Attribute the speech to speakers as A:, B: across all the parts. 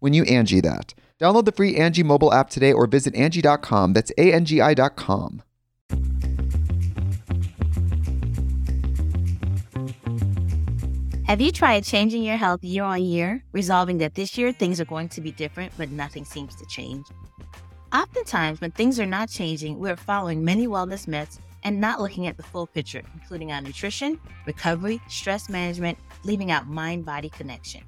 A: when you Angie that. Download the free Angie mobile app today or visit Angie.com. That's A-N-G-I dot com.
B: Have you tried changing your health year on year, resolving that this year things are going to be different, but nothing seems to change? Oftentimes, when things are not changing, we're following many wellness myths and not looking at the full picture, including our nutrition, recovery, stress management, leaving out mind body connection.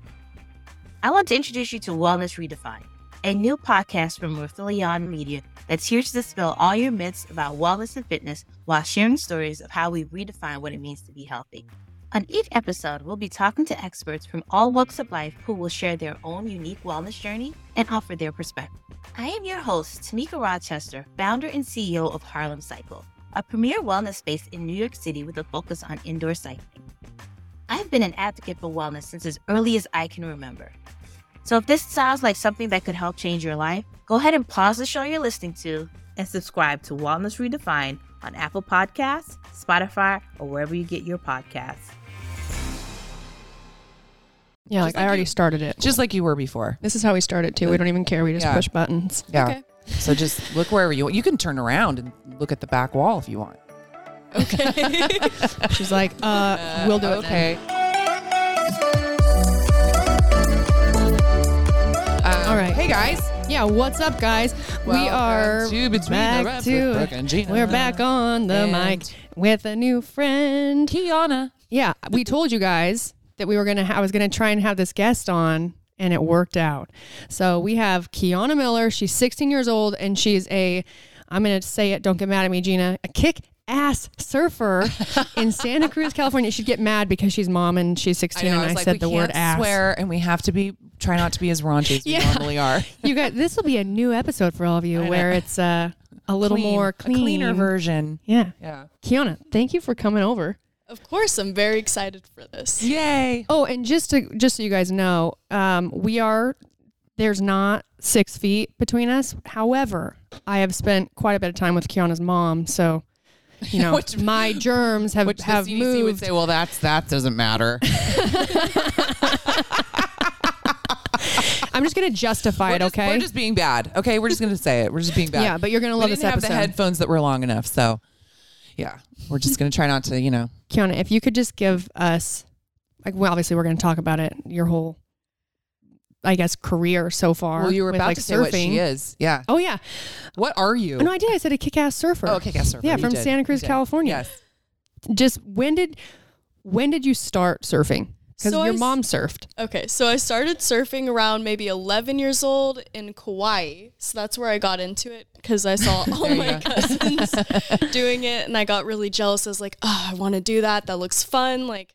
B: I want to introduce you to Wellness Redefined, a new podcast from Refilion Media that's here to dispel all your myths about wellness and fitness while sharing stories of how we redefine what it means to be healthy. On each episode, we'll be talking to experts from all walks of life who will share their own unique wellness journey and offer their perspective. I am your host, Tamika Rochester, founder and CEO of Harlem Cycle, a premier wellness space in New York City with a focus on indoor cycling. I've been an advocate for wellness since as early as I can remember. So if this sounds like something that could help change your life, go ahead and pause the show you're listening to and subscribe to Wellness Redefined on Apple Podcasts, Spotify, or wherever you get your podcasts.
C: Yeah, like,
D: Just like
C: I already
D: you-
C: started it.
D: just like you were before.
C: this is how we started too. We don't even care. We just
D: Yeah.
C: push buttons.
D: Yeah. So just look wherever you want. You can turn around and look at the back wall if you want.
C: She's like, uh, we'll do it. Okay.
D: Okay. Um,
C: All right.
D: Hey guys.
C: Yeah. What's up, guys? we
D: Welcome
C: are
D: to Between the
C: back
D: Raps
C: to
D: with Brooke and Gina.
C: We're back on the
D: And-
C: mic with a new friend.
D: Kiana.
C: Yeah, we told you guys that we were gonna. Ha- I was gonna try and have this guest on, and it worked out. So we have Kiana Miller. She's 16 years old, and she's a. I'm gonna say it. Don't get mad at me, Gina. A kick ass surfer in Santa Cruz, California. She'd get mad because she's mom and she's 16, and I said
D: we
C: the word
D: can't
C: ass.
D: swear, and we have to be try not to be as raunchy as we
C: Yeah.
D: normally are.
C: You guys, this will be a new episode for all of you, where it's uh, a little
D: Clean.
C: more
D: A
C: clean.
D: cleaner version.
C: Yeah.
D: Yeah.
C: Kiana, thank you for coming over.
E: Of course, I'm very excited for this.
D: Yay.
C: Oh, and just to just so you guys know, um, we are there's not six feet between us. However, I have spent quite a bit of time with Kiana's mom, so you know
D: Which-
C: my germs have
D: Which
C: have
D: the CDC would
C: moved.
D: say, well, that's that doesn't matter.
C: I'm just gonna justify
D: we're
C: it,
D: just,
C: okay?
D: We're just being bad. Okay. We're just gonna say it. We're just being bad.
C: Yeah, but you're gonna love
D: we
C: this
D: didn't have the
C: episode.
D: headphones that were long enough, so yeah, we're just gonna try not to, you know.
C: Kiana, if you could just give us, like, well, obviously we're going to talk about it, your whole, I guess, career so far.
D: Well, you were
C: with,
D: about
C: like,
D: to
C: surfing.
D: say what she is. Yeah.
C: Oh yeah,
D: What are you?
C: no, I did. I said a kick-ass surfer.
D: Oh, okay, guess surfer.
C: Yeah,
D: You
C: from
D: did.
C: Santa Cruz,
D: You did.
C: California.
D: Yes.
C: Just when did, when did you start surfing? Because
E: So I
C: your
E: s-
C: mom surfed.
E: Okay, so I started surfing around maybe 11 years old in Kauai. So that's where I got into it because I saw all my cousins doing it and I got really jealous. I was like, oh, I want to do that. That looks fun, like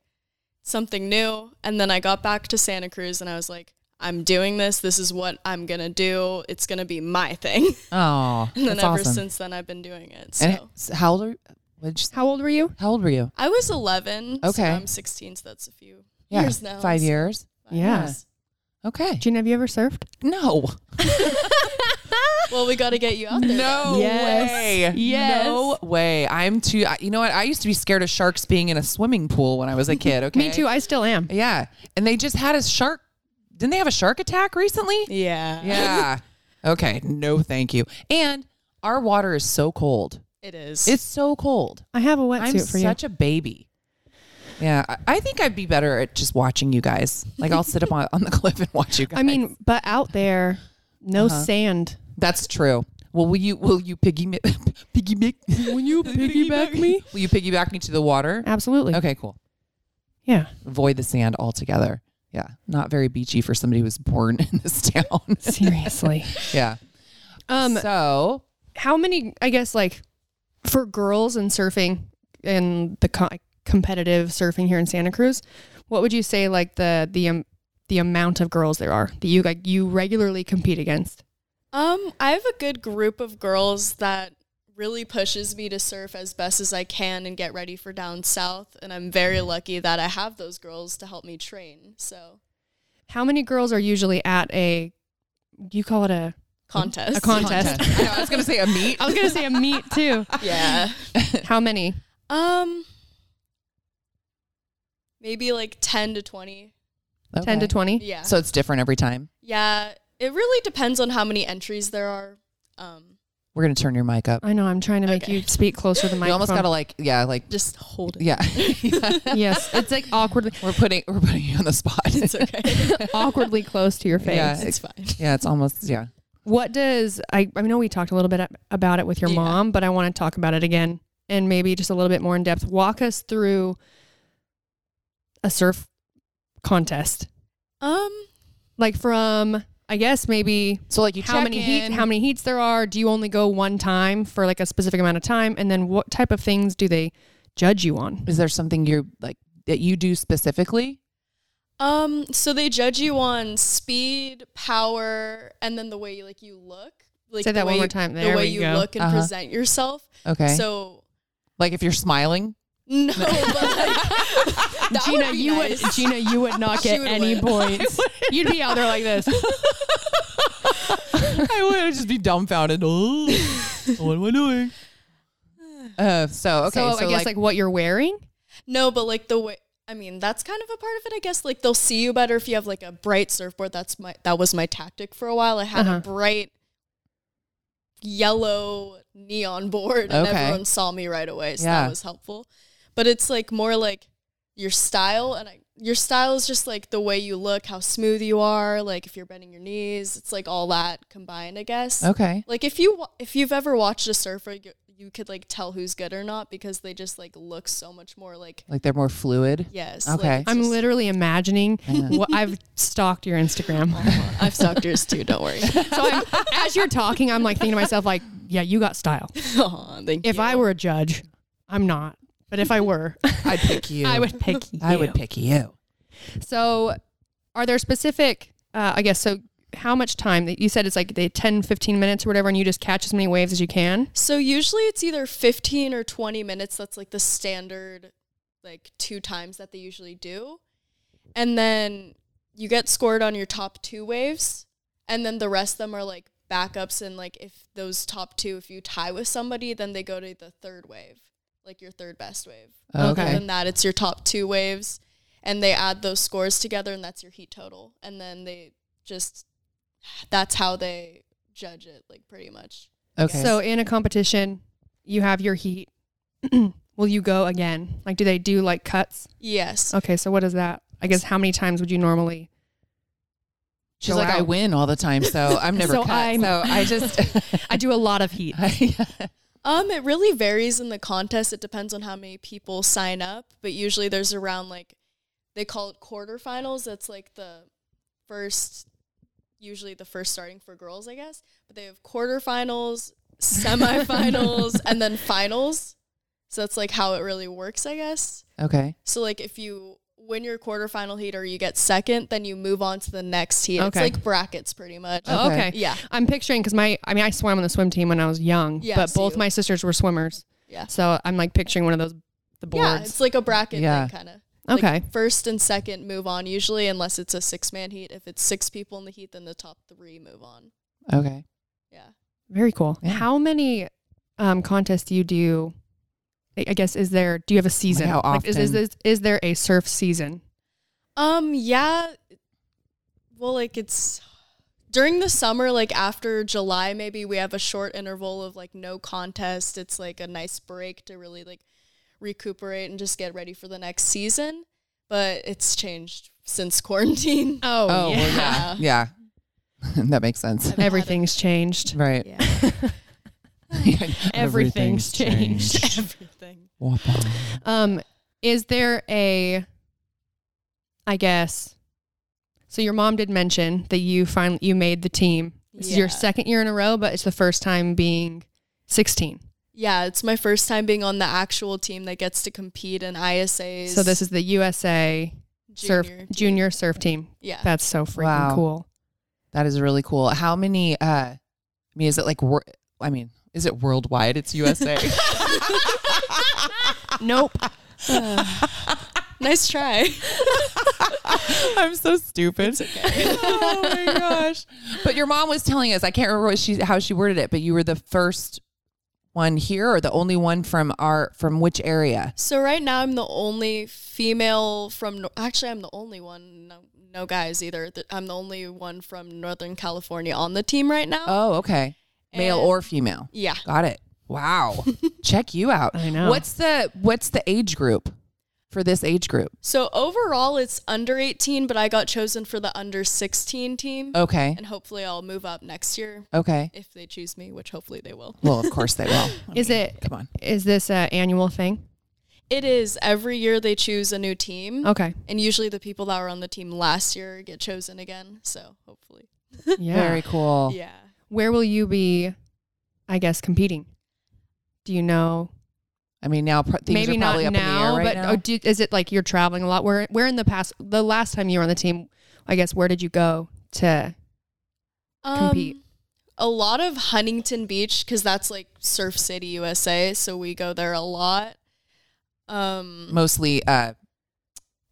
E: something new. And then I got back to Santa Cruz and I was like, I'm doing this. This is what I'm going to do. It's going to be my thing.
D: Oh,
E: And then
D: that's
E: ever
D: awesome.
E: since then, I've been doing it. So
D: And h- how old? Are, what
C: How old were you?
D: how old were you?
E: I was 11.
D: Okay.
E: So I'm 16, so that's a few
D: Yeah,
E: years now.
D: five
E: so
D: years.
E: five
C: Yeah.
E: years.
D: Okay.
C: Gina, have you ever surfed?
D: No.
E: Well, we got to get you out there.
D: No
C: Yes.
D: way.
C: Yes.
D: No way. I'm too. I- You know what? I used to be scared of sharks being in a swimming pool when I was a kid. Okay.
C: Me too. I still am.
D: Yeah. And they just had a shark. Didn't they have a shark attack recently?
E: Yeah.
D: Yeah. okay. No, thank you. And our water is so cold.
E: It is.
D: It's so cold.
C: I have a wetsuit
D: I'm
C: for
D: such
C: you.
D: a baby. Yeah, I, I think I'd be better at just watching you guys. Like I'll sit up on, on the cliff and watch you guys.
C: I mean, but out there, no sand.
D: that's true. Well, will you will you piggy piggyback? Will you
C: piggyback me?
D: Will you piggyback me to the water?
C: Absolutely.
D: Okay, cool.
C: Yeah.
D: Avoid the sand altogether. Yeah, not very beachy for somebody who was born in this town.
C: Seriously.
D: yeah.
C: um,
D: so
C: how many? I guess like for girls in surfing and the co- competitive surfing here in Santa Cruz, what would you say like the the um, the amount of girls there are that you like you regularly compete against?
E: Um, I have a good group of girls that really pushes me to surf as best as I can and get ready for down south, and I'm very lucky that I have those girls to help me train. So
C: How many girls are usually at a? You call it a?
E: contest,
C: A con- Contest.
D: I, know, I was gonna say a meet.
C: I was gonna say a meet too.
E: yeah.
C: How many?
E: Um, maybe like ten to twenty.
C: Ten to
D: Okay.
C: twenty.
E: Yeah,
D: So it's different every time.
E: yeah. It really depends on how many entries there are. Um,
D: We're gonna turn your mic up.
C: I know. I'm trying to make
E: Okay.
C: you speak closer to the microphone.
D: You almost gotta like yeah like
E: just hold it.
D: yeah.
C: yes, it's like awkwardly
D: We're putting we're putting you on the spot.
E: It's okay.
C: awkwardly close to your face.
D: Yeah.
E: it's fine.
D: yeah, it's almost yeah.
C: What does I? I know we talked a little bit ab- about it with your
E: Yeah.
C: mom, but I want to talk about it again and maybe just a little bit more in depth. Walk us through a surf contest,
E: Um,
C: like from I guess maybe
D: So like you
C: how many heat, how many heats there are. Do you only go one time for like a specific amount of time, and then what type of things do they judge you on?
D: is there something you're like that you do specifically?
E: Um, so they judge you on speed, power, and then the way you like you look. Like
C: Say that
E: the
C: one
E: way
C: more
E: you-
C: time.
E: The
C: There
E: way
C: we
E: you
C: go.
E: look and
D: Uh-huh.
E: present yourself.
D: Okay. So
E: So
D: like if you're smiling,
E: no, but like, that
C: Gina,
E: would be
C: you
E: nice.
C: would Gina, you would not
E: She
C: get
E: would
C: any
E: win.
C: points. You'd be out there like this.
D: I would just be dumbfounded. Oh, what am I doing? Uh, so okay, so,
C: so, I guess like, what you're wearing.
E: No, but like the way. I mean, that's kind of a part of it, I guess. Like they'll see you better if you have like a bright surfboard. That's my that was my tactic for a while. I had
C: Uh-huh.
E: a bright yellow neon board, and
D: Okay.
E: everyone saw me right away, so
D: Yeah.
E: that was helpful. But it's like more like your style, and I, your style is just like the way you look, how smooth you are, like if you're bending your knees, it's like all that combined, I guess.
D: okay,
E: Like if you wa- if you've ever watched a surfer, you, you could like tell who's good or not because they just like look so much more like
D: like they're more fluid.
E: Yes.
D: Okay.
E: it's
C: I'm
E: just-
C: literally imagining what I've stalked your Instagram.
E: I've stalked yours too. Don't worry.
C: So I'm, as you're talking, I'm like thinking to myself, like, yeah, you got style.
E: Aw, thank
C: If
E: you.
C: I were a judge, I'm not. But if I were,
D: I'd pick you.
C: I would pick you.
D: I would pick you.
C: So are there specific, uh, I guess, so how much time? You said it's like the 10, 15 minutes or whatever, and you just catch as many waves as you can.
E: so usually it's either 15 or 20 minutes. That's like the standard, like two times that they usually do, and then you get scored on your top two waves, and then the rest of them are like backups and like if those top two, if you tie with somebody, then they go to the third wave, like your third best wave.
C: Okay.
E: Other than that, it's your top two waves, and they add those scores together, and that's your heat total. And then they just that's how they judge it, like pretty much.
D: Okay.
C: So in a competition, you have your heat. Will you go again? Like, do they do like cuts?
E: Yes.
C: Okay, so what is that? I guess how many times would you normally?
D: she's
C: go
D: like, I
C: out.
D: win all the time, so I'm never
C: So
D: cut.
C: I'm-
D: so I just.
C: I do a lot of heat.
E: Um, it really varies in the contest. It depends on how many people sign up, but usually there's around like they call it quarterfinals. That's like the first, usually the first starting for girls, I guess. But they have quarterfinals, semifinals, and then finals. So that's like how it really works, I guess.
D: okay.
E: So like if you win your quarterfinal heat or you get second, then you move on to the next heat. It's
C: Okay.
E: like brackets pretty much.
C: Oh, okay.
D: Okay.
E: Yeah.
C: I'm picturing because my, I mean, I swam on the swim team when I was young,
E: Yeah,
C: but
E: so
C: both
E: you-
C: my sisters were swimmers.
E: Yeah.
C: So I'm like picturing one of those, the
E: Yeah,
C: boards.
E: it's like a bracket
D: Yeah.
E: thing kind of.
C: Okay.
E: first and second move on usually unless it's a six man heat. If it's six people in the heat, then the top three move on.
D: Okay.
E: Yeah.
C: Very cool.
D: Yeah.
C: How many um, contests do you do? I I guess is there? Do you have a season?
D: how
C: is, is,
D: often?
C: is, is there a surf season?
E: Um, yeah. Well, like it's during the summer, like after July, maybe we have a short interval of like no contest. It's like a nice break to really like recuperate and just get ready for the next season. But it's changed since quarantine.
C: Oh,
D: Oh, well, yeah.
E: yeah.
D: Yeah. that makes sense.
E: had
C: everything's changed.
D: Right.
E: Yeah,
C: Everything's changed.
E: everything.
D: Wapa.
C: Um, is there a? I guess. So your mom did mention that you finally you made the team. This is your
E: Yeah.
C: second year in a row, but it's the first time being sixteen.
E: Yeah, it's my first time being on the actual team that gets to compete in ISAs.
C: So this is the USA surf
E: Junior team.
C: junior surf team.
E: yeah.
C: That's so freaking
D: Wow.
C: cool.
D: That is really cool. How many? Uh, I mean, is it like? wor- I mean, is it worldwide? It's USA.
C: Nope.
E: nice try.
D: I'm so stupid. oh my gosh! But your mom was telling us. I can't remember what she how she worded it, but you were the first one here, or the only one from our from which area?
E: So right now I'm the only female from Nor- actually I'm the only one no, no guys either. Th- I'm the only one from Northern California on the team right now.
D: Oh, okay. Male
E: And-
D: or female?
E: yeah.
D: Got it. Wow. Check you out.
C: I know.
D: What's the What's the age group for this age group?
E: So overall it's under 18, but I got chosen for the under 16 team
D: Okay.
E: and hopefully I'll move up next year
D: Okay.
E: if they choose me, which hopefully they will.
D: Well, of course they will. I
C: Is
D: mean,
C: it-
D: Come on.
C: Is this a annual thing?
E: It is every year they choose a new team.
C: Okay.
E: And usually the people that were on the team last year get chosen again, so hopefully.
C: Yeah.
D: Very cool.
E: Yeah.
C: Where will you be? I guess competing. Do you know?
D: I mean, now pr- things
C: Maybe
D: are
C: not
D: probably up in the air
C: now,
D: right
C: but
D: now.
C: oh, do, is it like you're traveling a lot? Where Where in the past? The last time you were on the team, I guess where did you go to? Compete.
E: Um, a lot of Huntington Beach because that's like Surf City, USA. So we go there a lot. Um,
D: Mostly uh,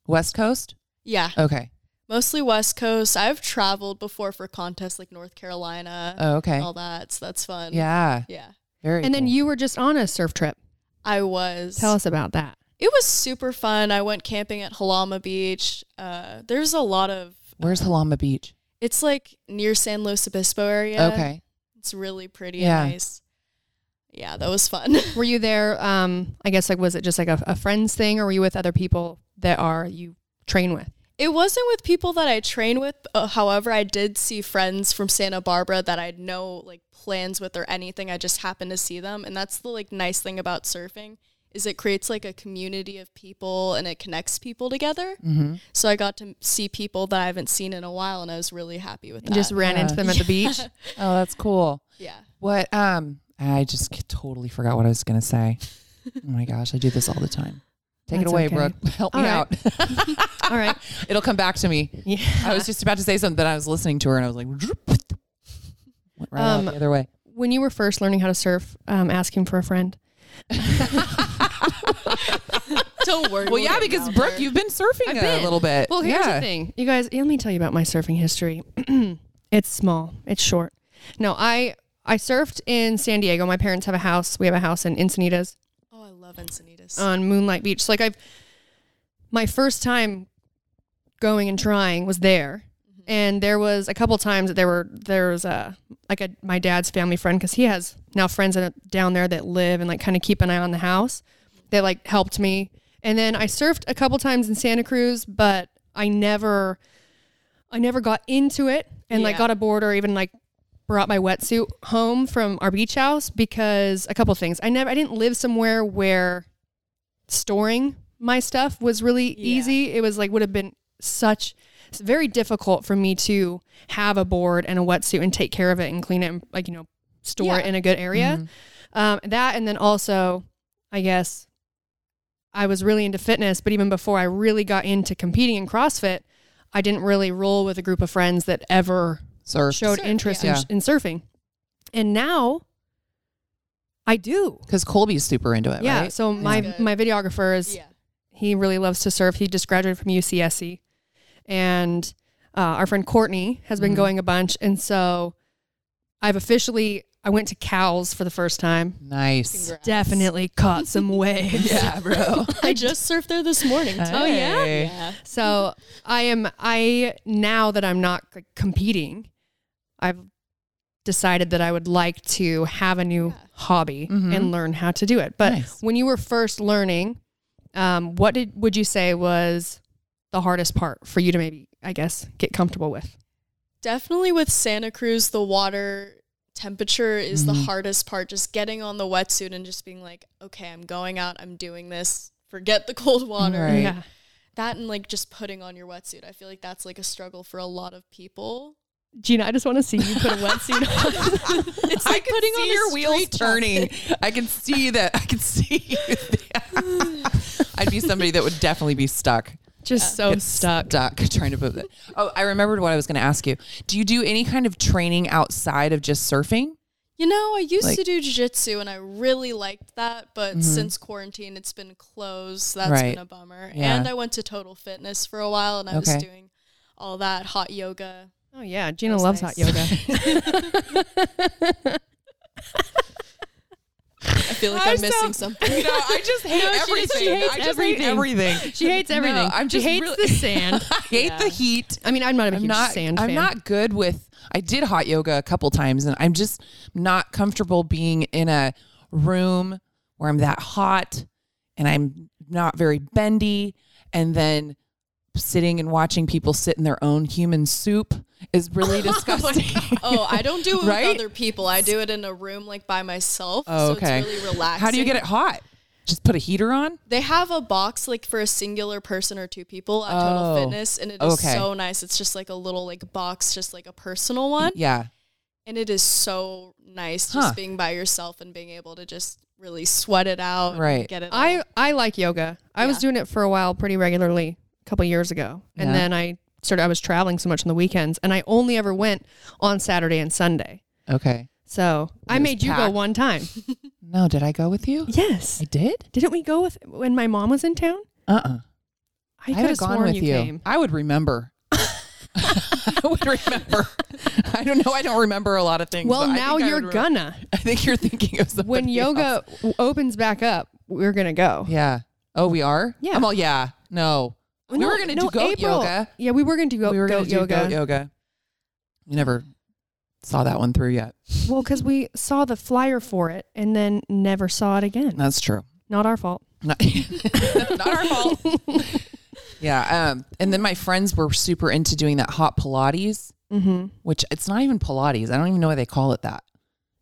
D: West Coast.
E: yeah,
D: Okay.
E: mostly West Coast. I've traveled before for contests like North Carolina,
D: Oh, okay.
E: all that. So that's fun.
D: Yeah.
E: yeah.
D: Very.
C: And then
D: cool.
C: you were just on a surf trip.
E: I was.
C: Tell us about that.
E: It was super fun. I went camping at Halama Beach. Uh, there's a lot of.
D: Where's Halama Beach?
E: It's like near San Luis Obispo area.
D: Okay.
E: It's really pretty
D: Yeah.
E: and nice. Yeah, that was fun.
C: Were you there? Um, I guess like was it just like a, a friends thing, or were you with other people that are you train with?
E: It wasn't with people that I train with. Uh, however, I did see friends from Santa Barbara that I had no like plans with or anything. I just happened to see them, and that's the like nice thing about surfing is it creates like a community of people and it connects people together.
D: Mm-hmm.
E: So I got to see people that I haven't seen in a while, and I was really happy with that.
C: And just ran
D: Uh, yeah.
C: into them at the beach.
D: Oh, that's cool.
E: yeah.
D: What? Um, I just c- totally forgot what I was gonna say. oh my gosh, I do this all the time. Take
C: That's
D: it away,
C: okay.
D: Brooke. Help
C: All
D: me
C: right.
D: out.
C: All right.
D: It'll come back to me.
C: Yeah.
D: I was just about to say something that I was listening to her, and I was like, went right out
C: Um,
D: the other way.
C: when you were first learning how to surf, um, asking for a friend.
E: Don't worry.
D: Well, yeah,
E: get
D: because
E: down
D: Brooke,
E: there.
D: you've been surfing
C: I've
D: a
C: been.
D: little bit.
C: Well, here's
D: yeah.
C: the thing, you guys. Let me tell you about my surfing history. it's small. It's short. No, I I surfed in San Diego. My parents have a house. We have a house in Encinitas
E: Oh, I love Encinitas.
C: on Moonlight Beach. So, like I've my first time going and trying was there. And there was a couple times that there were there was a like a my dad's family friend because he has now friends that are down there that live and like kind of keep an eye on the house. They like helped me. And then I surfed a couple times in Santa Cruz, but I never I never got into it and like
E: Yeah.
C: got aboard or even like brought my wetsuit home from our beach house because a couple things. I never I didn't live somewhere where storing my stuff was really
E: Yeah.
C: easy. It was like would have been such it's very difficult for me to have a board and a wetsuit and take care of it and clean it and like you know store it
E: Yeah. Mm-hmm.
C: in a good area. Um, that and then also, I guess I was really into fitness, but even before I really got into competing in CrossFit, I didn't really roll with a group of friends that ever
D: Surf.
C: showed
E: Surf,
C: interest
D: yeah.
C: in, in surfing. And now I do.
D: Because Colby's super into it,
C: yeah.
D: right?
C: So my
E: good.
C: my videographer is
E: yeah.
C: he really loves to surf. He just graduated from UCSC, and uh, our friend Courtney has been
D: Mhm.
C: going a bunch. And so I've officially I went to Cows for the first time.
D: Nice.
C: Definitely caught some waves.
D: Yeah, bro.
E: I just surfed there this morning. Too.
D: Oh yeah.
E: Yeah.
C: So I am I now that I'm not c- competing, I've decided that I would like to have a new hobby and learn how to do it. But
D: Mm-hmm. Nice.
C: when you were first learning, um, what did would you say was the hardest part for you to maybe I guess get comfortable with?
E: Definitely with Santa Cruz, the water temperature is
D: Mm-hmm.
E: the hardest part. Just getting on the wetsuit and just being like, okay, I'm going out, I'm doing this. Forget the cold water.
D: Right.
C: Yeah.
E: That and like just putting on your wetsuit. I feel like that's like a struggle for a lot of people.
C: Gina, I just want to see you put a wetsuit on.
E: It's
D: I
E: like
D: can
E: putting
D: see
E: on a
D: your wheels
E: straight jacket.
D: turning. I can see that. I can see. you there. I'd be somebody that would definitely be stuck.
C: Just so
D: Get
C: Oh, stuck.
D: Stuck trying to move it. Oh, I remembered what I was going to ask you. Do you do any kind of training outside of just surfing?
E: You know, I used
D: Like- Mm-hmm.
E: to do jiu-jitsu and I really liked that, but since quarantine it's been closed. so That's
D: Right.
E: been a bummer.
D: Yeah.
E: And I went to Total Fitness for a while and I
D: Okay.
E: was doing all that hot yoga.
C: Oh yeah, Gina loves
E: That's nice.
C: hot yoga.
E: I feel like
D: I'm
E: I'm,
D: so-
E: missing something.
D: No, I just hate
C: No, she- she hates everything.
D: everything.
C: She hates
D: No,
C: everything.
D: I'm
C: she
D: just
C: hates
D: really-
C: the sand.
D: I hate the heat.
C: I mean, I'm not a
D: I'm
C: huge
D: not.
C: sand
D: I'm
C: fan.
D: not good with. I did hot yoga a couple times, and I'm just not comfortable being in a room where I'm that hot, and I'm not very bendy, and then sitting and watching people sit in their own human soup is really disgusting.
E: Oh, I don't do it
D: Right?
E: with other people. I do it in a room like by myself.
D: Oh,
E: so
D: okay.
E: it's really relaxing.
D: How do you get it hot? Just put a heater on.
E: They have a box like for a singular person or two people at
D: Oh,
E: Total Fitness and it is
D: okay.
E: so nice. It's just like a little like box, just like a personal one.
D: Yeah.
E: And it is so nice just
D: Huh.
E: being by yourself and being able to just really sweat it out. and
D: Right.
E: get it. all.
C: I I like yoga. I was
E: Yeah.
C: doing it for a while pretty regularly a couple years ago. And
D: Yeah.
C: then I started I was traveling so much on the weekends and I only ever went on Saturday and Sunday.
D: Okay.
C: So I
D: was
C: made you go
D: packed.
C: one time.
D: No, did I go with you?
C: yes.
D: I did.
C: Didn't we go with when my mom was in town?
D: Uh. uh
C: I
D: I'd
C: could have sworn you, came.
D: I would remember. I would remember. I don't know. I don't remember a lot of things.
C: Well,
D: but I
C: now
D: think I
C: you're
D: would remem-
C: gonna.
D: I think you're thinking of something.
C: When yoga w- opens back up, we're gonna go.
D: Yeah. Oh, we are.
C: Yeah.
D: I'm all yeah. No. we
C: No,
D: were gonna
C: no,
D: do goat
C: April.
D: yoga.
C: Yeah, we were gonna do goat,
D: we were
C: goat
D: gonna do
C: yoga.
D: goat yoga. You never saw that one through yet.
C: Well, because we saw the flyer for it and then never saw it again.
D: That's true.
C: Not our fault.
D: Not, not our fault. yeah. Um. And then my friends were super into doing that hot Pilates.
C: Mm-hmm.
D: which it's not even Pilates. I don't even know why they call it that.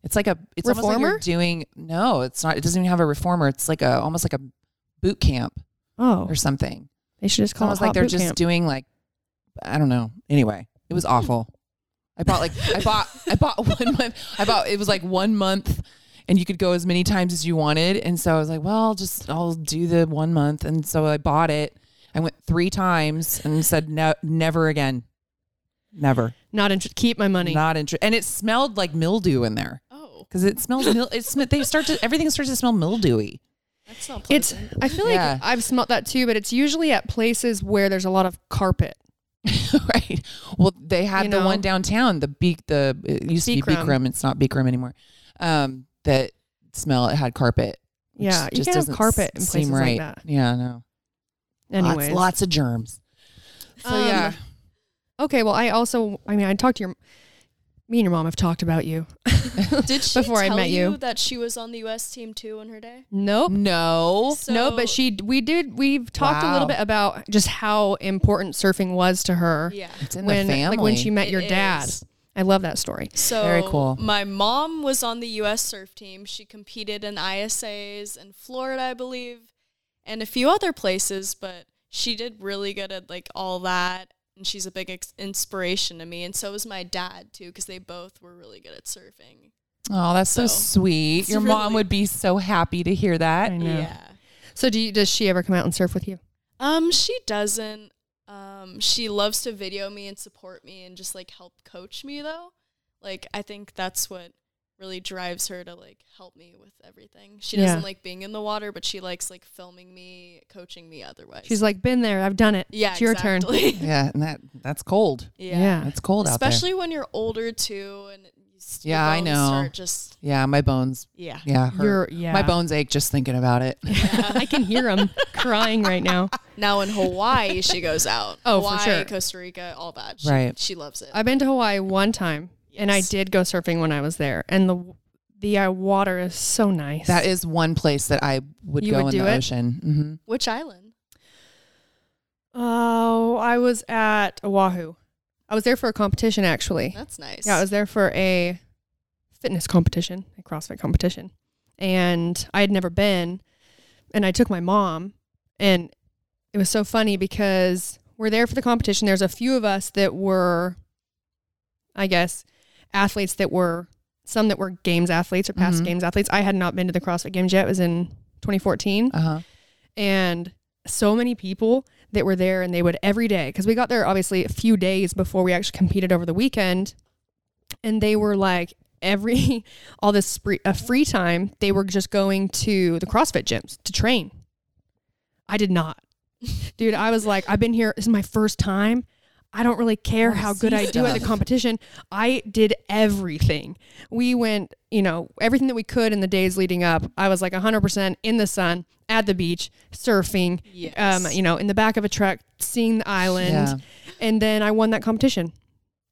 D: It's like a it's almost like
C: Reformer?
D: you're doing no, it's not. It doesn't even have a reformer. It's like a almost like a boot camp
C: Oh,
D: or something.
C: they should just
D: It's
C: call
D: almost
C: it
D: like
C: hot
D: they're
C: boot
D: just
C: camp.
D: doing like I don't know. Anyway, it was awful. I bought like I bought I bought one month. I bought it was like one month. And you could go as many times as you wanted. And so I was like, well, just I'll do the one month. And so I bought it. I went three times and said, no, never again. Never.
C: Not interested. Keep my money.
D: Not interested. And it smelled like mildew in there
E: oh,
D: because it smells. Mil- it sm- they start to everything starts to smell mildewy.
E: that's not
C: it's.
E: pleasant.
C: I feel
D: Yeah.
C: like I've smelt that too, but it's usually at places where there's a lot of carpet.
D: right. Well, they had
C: You
D: the
C: know?
D: one downtown. The beak. The it used to be
C: Beakram.
D: Beakram. It's not Beakram anymore. Um, that smell. It had carpet. which
C: Yeah, you can't have
D: doesn't
C: carpet
D: s-
C: in places like that.
D: Yeah, no.
C: Anyways,
D: lots, lots of germs. So
C: Um,
D: yeah,
C: Okay. Well, I also. I mean, I talked to your. Me and your mom have talked about you.
E: Did she
C: before I
E: tell
C: met you.
E: that she was on the U.S. team too in her day?
C: Nope.
D: no.
C: no,
E: So-
C: but she. We did. We've talked a little
D: Wow.
C: bit about just how important surfing was to her.
E: Yeah.
D: It's in
C: when
D: the family.
C: like when she met
E: It
C: your dad.
E: is.
C: I love that story.
E: So
D: Very cool.
E: My mom was on the U.S. surf team. She competed in ISAs in Florida, I believe, and a few other places. But she did really good at like all that, and she's a big ex- inspiration to me. And so was my dad too, because they both were really good at surfing.
D: oh, that's so,
E: So,
D: sweet.
E: it's
D: Your mom
E: really-
D: would be so happy to hear that.
C: know. So, do you, does she ever come out and surf with you?
E: Um, she doesn't. Um, she loves to video me and support me and just like help coach me though. Like I think that's what really drives her to like help me with everything. She doesn't
C: Yeah.
E: like being in the water, but she likes like filming me, coaching me otherwise.
C: She's like, been there. I've done it.
E: yeah,
C: it's your turn.
E: exactly.
D: Yeah, and that that's cold.
E: yeah.
C: Yeah.
D: That's cold out there.
E: Especially when you're older too and s- your
D: Yeah, I
E: bones
D: know.
E: Start just
D: Yeah, my bones.
E: yeah.
D: Yeah, hurt.
C: You're- yeah.
D: My bones ache just thinking about it.
C: I can hear them crying right now.
E: Now in Hawaii, she goes out.
C: Oh, for
E: Hawaii,
C: sure.
E: Costa Rica, all that. She,
D: Right.
E: She loves it.
C: I've been to Hawaii one time, and I
E: Yes.
C: did go surfing when I was there, and the the uh, water is so nice.
D: That is one place that I would
C: You
D: go
C: would
D: in
C: do
D: the
C: it?
D: ocean. hmm
E: Which island?
C: Oh, I was at Oahu. I was there for a competition actually.
E: That's nice.
C: Yeah, I was there for a fitness competition, a CrossFit competition. And I had never been. And I took my mom. And it was so funny because we're there for the competition. There's a few of us that were, I guess, athletes that were, some that were games athletes or past
D: Mhm.
C: games athletes. I had not been to the CrossFit Games yet. It was in 2014
D: Uh huh.
C: and so many people that were there and they would every day because we got there obviously a few days before we actually competed over the weekend and they were like every all this spree, uh, free time they were just going to the crossfit gyms to train i did not dude i was like i've been here this is my first time i don't really care
D: Wanna
C: how
D: see
C: good i do at the
D: stuff.
C: competition i did everything we went you know everything that we could in the days leading up i was like 100% in the sun at the beach surfing
E: Yes.
C: um, you know in the back of a truck seeing the island
D: Yeah.
C: and then i won that competition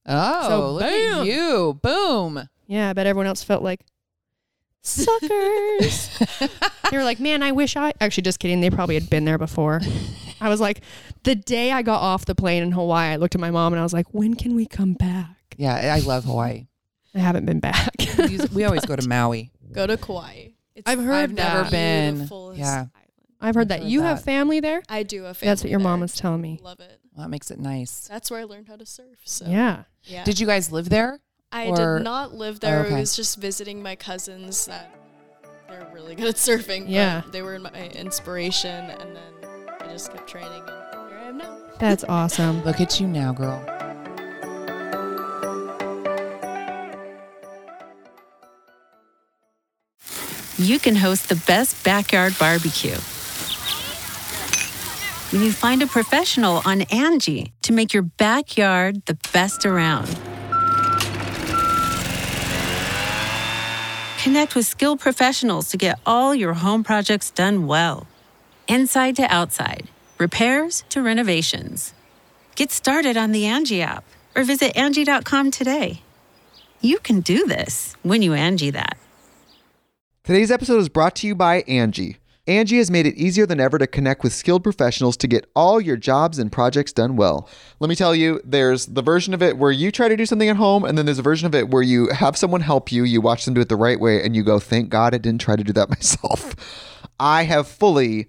D: Oh,
C: So,
D: look
C: bam.
D: at you. Boom.
C: Yeah, I bet everyone else felt like suckers. they were like, man, I wish I. Actually, just kidding. They probably had been there before. I was like, the day I got off the plane in Hawaii, I looked at my mom and I was like, when can we come back?
D: Yeah, I I love Hawaii.
C: I haven't been back.
D: We use- we always go to Maui.
E: Go to Kauai. It's
C: I've heard
D: I've never
C: that.
D: been.
E: beautifulest
D: Yeah.
E: island.
C: I've heard that.
D: heard
C: You have
D: that.
C: family there?
E: I do a family.
C: That's what your mom
E: there.
C: was telling me.
E: Love it.
D: Well, that makes it nice.
E: That's where I learned how to surf. So
C: Yeah.
E: yeah.
D: Did you guys live there?
E: I
D: or- Oh,
E: did not live there.
D: okay.
E: I was just visiting my cousins that they're really good at surfing. but
C: Yeah.
E: They were my inspiration and then I just kept training and here I am now.
C: That's awesome.
D: Look at you now, girl.
F: you can host the best backyard barbecue. When you find a professional on Angie to make your backyard the best around. Connect with skilled professionals to get all your home projects done well. Inside to outside, repairs to renovations. Get started on the Angie app or visit Angie.com today. You can do this when you Angie that.
A: Today's episode is brought to you by Angie. Angie has made it easier than ever to connect with skilled professionals to get all your jobs and projects done well. Let me tell you, there's the version of it where you try to do something at home, and then there's a version of it where you have someone help you, you watch them do it the right way, and you go, thank God I didn't try to do that myself. I have fully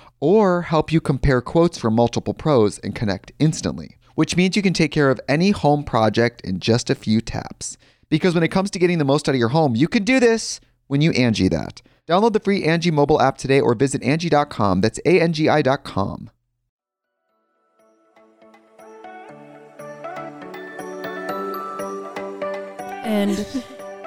A: or help you compare quotes from multiple pros and connect instantly, which means you can take care of any home project in just a few taps. Because when it comes to getting the most out of your home, you can do this when you Angie that. Download the free Angie mobile app today or visit Angie.com. That's A-N-G-I dot com.
C: And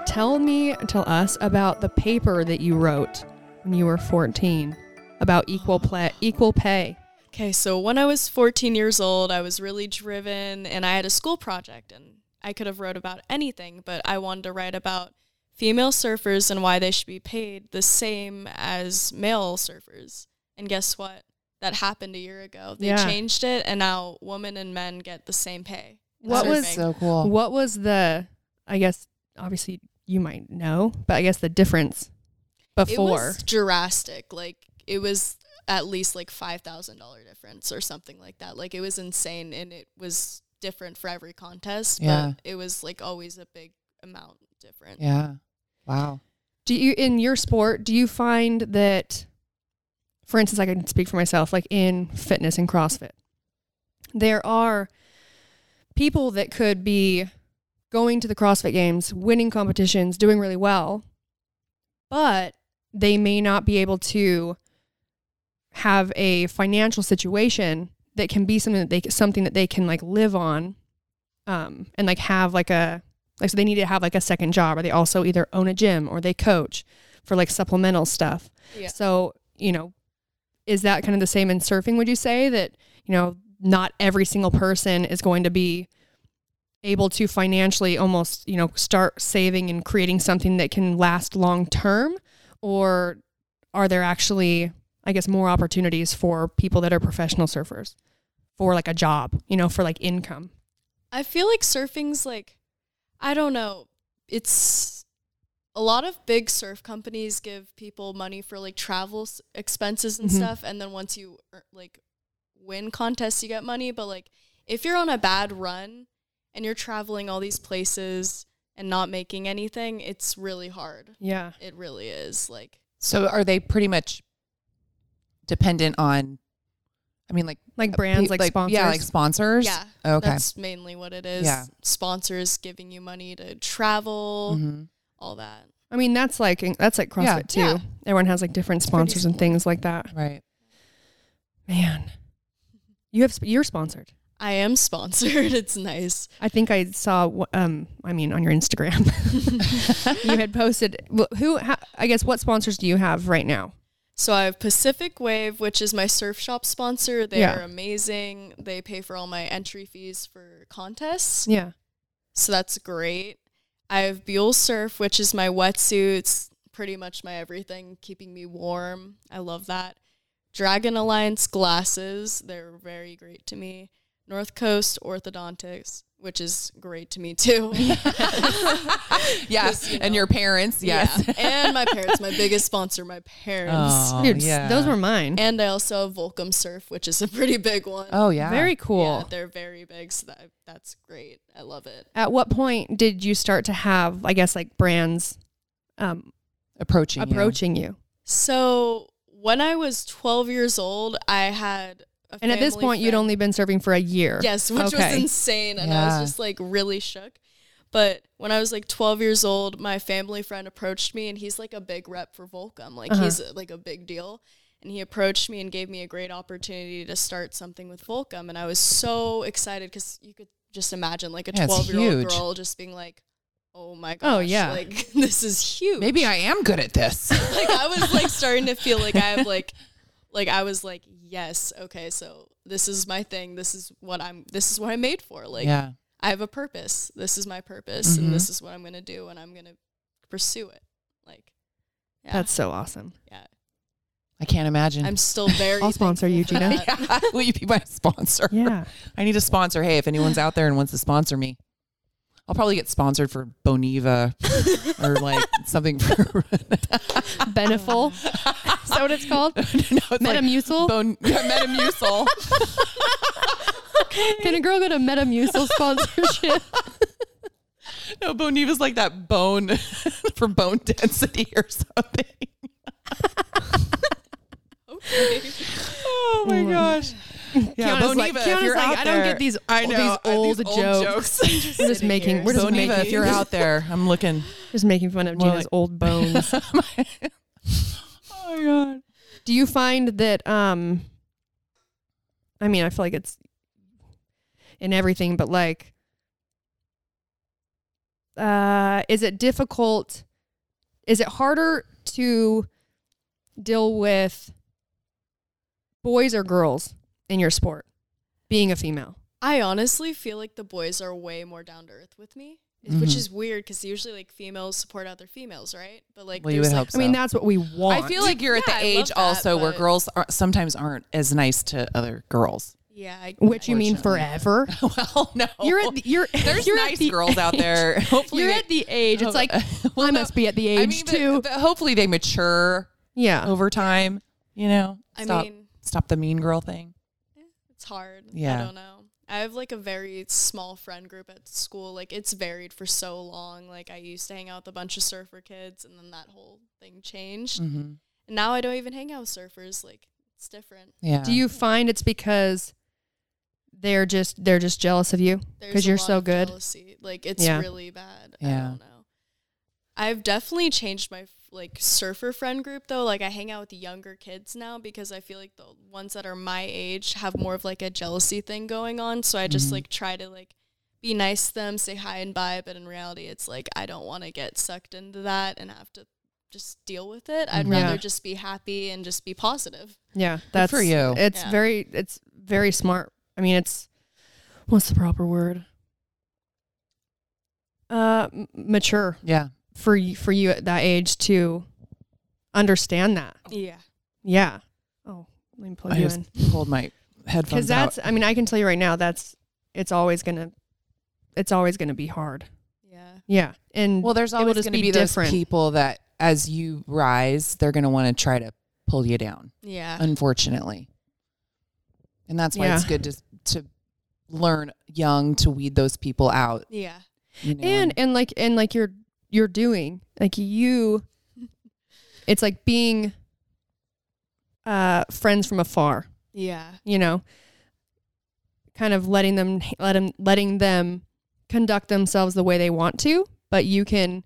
C: tell me, tell us about the paper that you wrote when you were 14 about equal play, equal pay.
E: Okay, so when I was 14 years old, I was really driven and I had a school project and I could have wrote about anything, but I wanted to write about female surfers and why they should be paid the same as male surfers. And guess what? That happened a year ago. They
C: Yeah.
E: changed it and now women and men get the same pay. in
C: What
E: surfing.
C: was-
D: so cool?
C: What was the, I guess, obviously you might know, but I guess the difference
E: It
C: before.
E: was drastic. Like it was at least like five thousand dollar difference or something like that. Like it was insane, and it was different for every contest.
D: Yeah.
E: but it was like always a big amount different.
D: Yeah. Wow.
C: Do you in your sport? Do you find that, for instance, I can speak for myself, like in fitness and CrossFit, there are people that could be going to the CrossFit Games, winning competitions, doing really well, but they may not be able to have a financial situation that can be something that they something that they can like live on, um, and like have like a like so they need to have like a second job or they also either own a gym or they coach for like supplemental stuff.
E: Yeah.
C: So, you know, is that kind of the same in surfing would you say that, you know, not every single person is going to be able to financially almost, you know, start saving and creating something that can last long term or are there actually I guess more opportunities for people that are professional surfers for like a job, you know, for like income.
E: I feel like surfing's like, I don't know. It's a lot of big surf companies give people money for like travel s- expenses and
D: Mm-hmm.
C: Mhm.
E: stuff. And then once you ear- like win contests, you get money. But like if you're on a bad run and you're traveling all these places and not making anything, it's really hard.
C: Yeah.
E: It really is. Like,
D: So are they pretty much dependent on? I mean, like uh,
C: Like brands,
D: pe-
C: like, sponsors.
D: Yeah, like sponsors.
E: yeah.
D: Oh, Okay.
E: That's mainly what it is.
D: Yeah.
E: Sponsors giving you money to travel,
D: Mhm.
E: all that.
C: I mean, that's like that's like CrossFit
D: Yeah.
C: too.
E: Yeah.
C: Everyone has like different sponsors and things like that.
D: Right.
C: Man, you have sp- you're sponsored.
E: I am sponsored. It's nice.
C: I think I saw. wh- Um, I mean, on your Instagram, you had posted wh- who. How, I guess what sponsors do you have right now?
E: So I have Pacific Wave, which is my surf shop sponsor. They
C: Yeah.
E: are amazing. They pay for all my entry fees for contests.
C: Yeah,
E: So that's great. I have Buell Surf, which is my wetsuits, pretty much my everything, keeping me warm. I love that. Dragon Alliance glasses, they're very great to me. North Coast Orthodontics, which is great to me too.
D: Yes.
E: you
D: And
E: know.
D: your parents. Yes.
E: Yeah. And my parents, my biggest sponsor, my parents.
D: Oh,
C: Dude, s-
D: yeah.
C: those were mine.
E: And I also have Volcom Surf, which is a pretty big one.
D: Oh yeah.
C: Very
E: Yeah,
C: cool.
E: they're very big, so that that's great. I love it.
C: At what point did you start to have? I guess like brands um,
D: approaching. you.
C: approaching you.
E: So when I was 12 years old, I had a
C: And at this
E: family
C: point, you'd
E: friend-
C: only been serving for a year.
E: yes, which
C: Okay.
E: was insane, and I
D: Yeah.
E: was just like really shook. But when I was like 12 years old, my family friend approached me, and he's like a big rep for Volcom, like
C: Uh-huh.
E: he's like a big deal. And he approached me and gave me a great opportunity to start something with Volcom, and I was so excited because you could just imagine like a
D: Yeah, it's
E: 12 year old
D: huge.
E: girl just being like, "Oh my gosh,
C: Oh, yeah.
E: like this is huge."
D: Maybe I am good at this.
E: like I was like starting to feel like I have like like I was like yes okay so this is my thing this is what I'm this is what I'm made for like
D: yeah.
E: I have a purpose this is my purpose
D: Mhm.
C: Mm-hmm.
E: and this is what I'm gonna do and I'm gonna pursue it like yeah
C: that's so awesome.
E: yeah
D: I can't imagine.
E: I'm still very
C: I'll sponsor you,
E: thankful for
C: Gina.
E: that.
D: Yeah. Will you be my sponsor?
C: Yeah.
D: I need a sponsor. Hey, if anyone's out there and wants to sponsor me, I'll probably get sponsored for Boniva or like something for
C: Beneful. Is that what it's called?
D: no, it's
C: Metamucil?
D: Like bon- Metamucil.
C: Can a girl go to Metamucil sponsorship?
D: no, Boniva's like that bone for bone density or something.
E: Okay.
D: Oh my gosh. Yeah,
C: Kiana's
D: Boniva.
C: like-
D: if
C: Kiana's
D: you're
C: like,
D: out
C: I don't
D: there-
C: get these-
D: I
C: all
D: know,
C: these
D: I-
C: old jokes.
D: jokes.
C: We're just making. We're just
D: Boniva,
C: making.
D: if you're out there, I'm looking.
C: just making fun of
D: More
C: Gina's
D: like-
C: old bones.
D: Oh my god.
C: Do you find that? Um, I mean, I feel like it's in everything, but like, uh, is it difficult? Is it harder to deal with boys or girls in your sport? Being a female,
E: I honestly feel like the boys are way more down to earth with me which
C: Mm-hmm.
D: Mhm.
E: is weird because usually like females support other females right but like
D: Well, you
E: there's,
D: would
E: like,
D: hope so.
C: I mean, that's what we want.
D: I feel like you're at
E: Oh Yeah,
D: the
E: I love
D: age
E: that,
D: also where
E: but-
D: girls are, sometimes aren't as nice to other girls.
E: Yeah. I,
C: Which you mean forever?
D: well, no.
C: You're at the, you're
D: There's
C: you're at
D: nice
C: the
D: girls out
C: age-
D: there. Hopefully
C: you're
D: they-
C: at the age. It's like I must be at the age
D: I mean, but-
C: too.
D: but hopefully they mature
C: yeah.
D: over time. You know,
E: I
D: stop
E: mean,
D: stop the mean girl thing.
E: it's hard.
D: Yeah.
E: I don't know. I have like a very small friend group at school. Like it's varied for so long. Like I used to hang out with a bunch of surfer kids and then that whole thing changed.
D: Mm-hmm.
E: And now I don't even hang out with surfers. Like it's different.
D: Yeah.
C: Do you find it's because they're just they're just jealous of you
E: There's
C: because
E: a
C: you're
E: lot
C: so
E: of
C: good?
E: Jealousy. Like it's
C: Yeah.
E: really bad.
D: Yeah.
E: I don't know. I've definitely changed my like surfer friend group though. Like I hang out with younger kids now because I feel like the ones that are my age have more of like a jealousy thing going on. So I
C: Mm-hmm.
E: just like try to like be nice to them, say hi and bye, but in reality it's like I don't want to get sucked into that and have to just deal with it. I'd
C: Mhm. Yeah.
E: rather just be happy and just be positive.
C: Yeah, that's
D: for you.
C: It's
E: Yeah.
C: very it's very smart. I mean, it's what's the proper word? Uh, m- mature
D: Yeah.
C: for you for you at that age to understand that.
E: Yeah.
C: Yeah. Oh, let me plug
D: I
C: you
D: just
C: in
D: pulled my
C: because
D: headphones
C: that's.
D: out.
C: I mean, I can tell you right now that's it's always gonna it's always gonna be hard.
E: Yeah.
C: Yeah, and
D: Well, there's
C: it will
D: always
C: just
D: going to be,
C: different.
D: those people that, as you rise, they're going to want to try to pull you down.
E: Yeah.
C: Uh,
D: unfortunately. And that's why it's
C: Yeah.
D: good to to learn young to weed those people out.
E: Yeah.
D: you know,
C: and and like and like you're you're doing like you it's like being uh friends from afar
E: Yeah.
C: you know kind of letting them let them letting them conduct themselves the way they want to but you can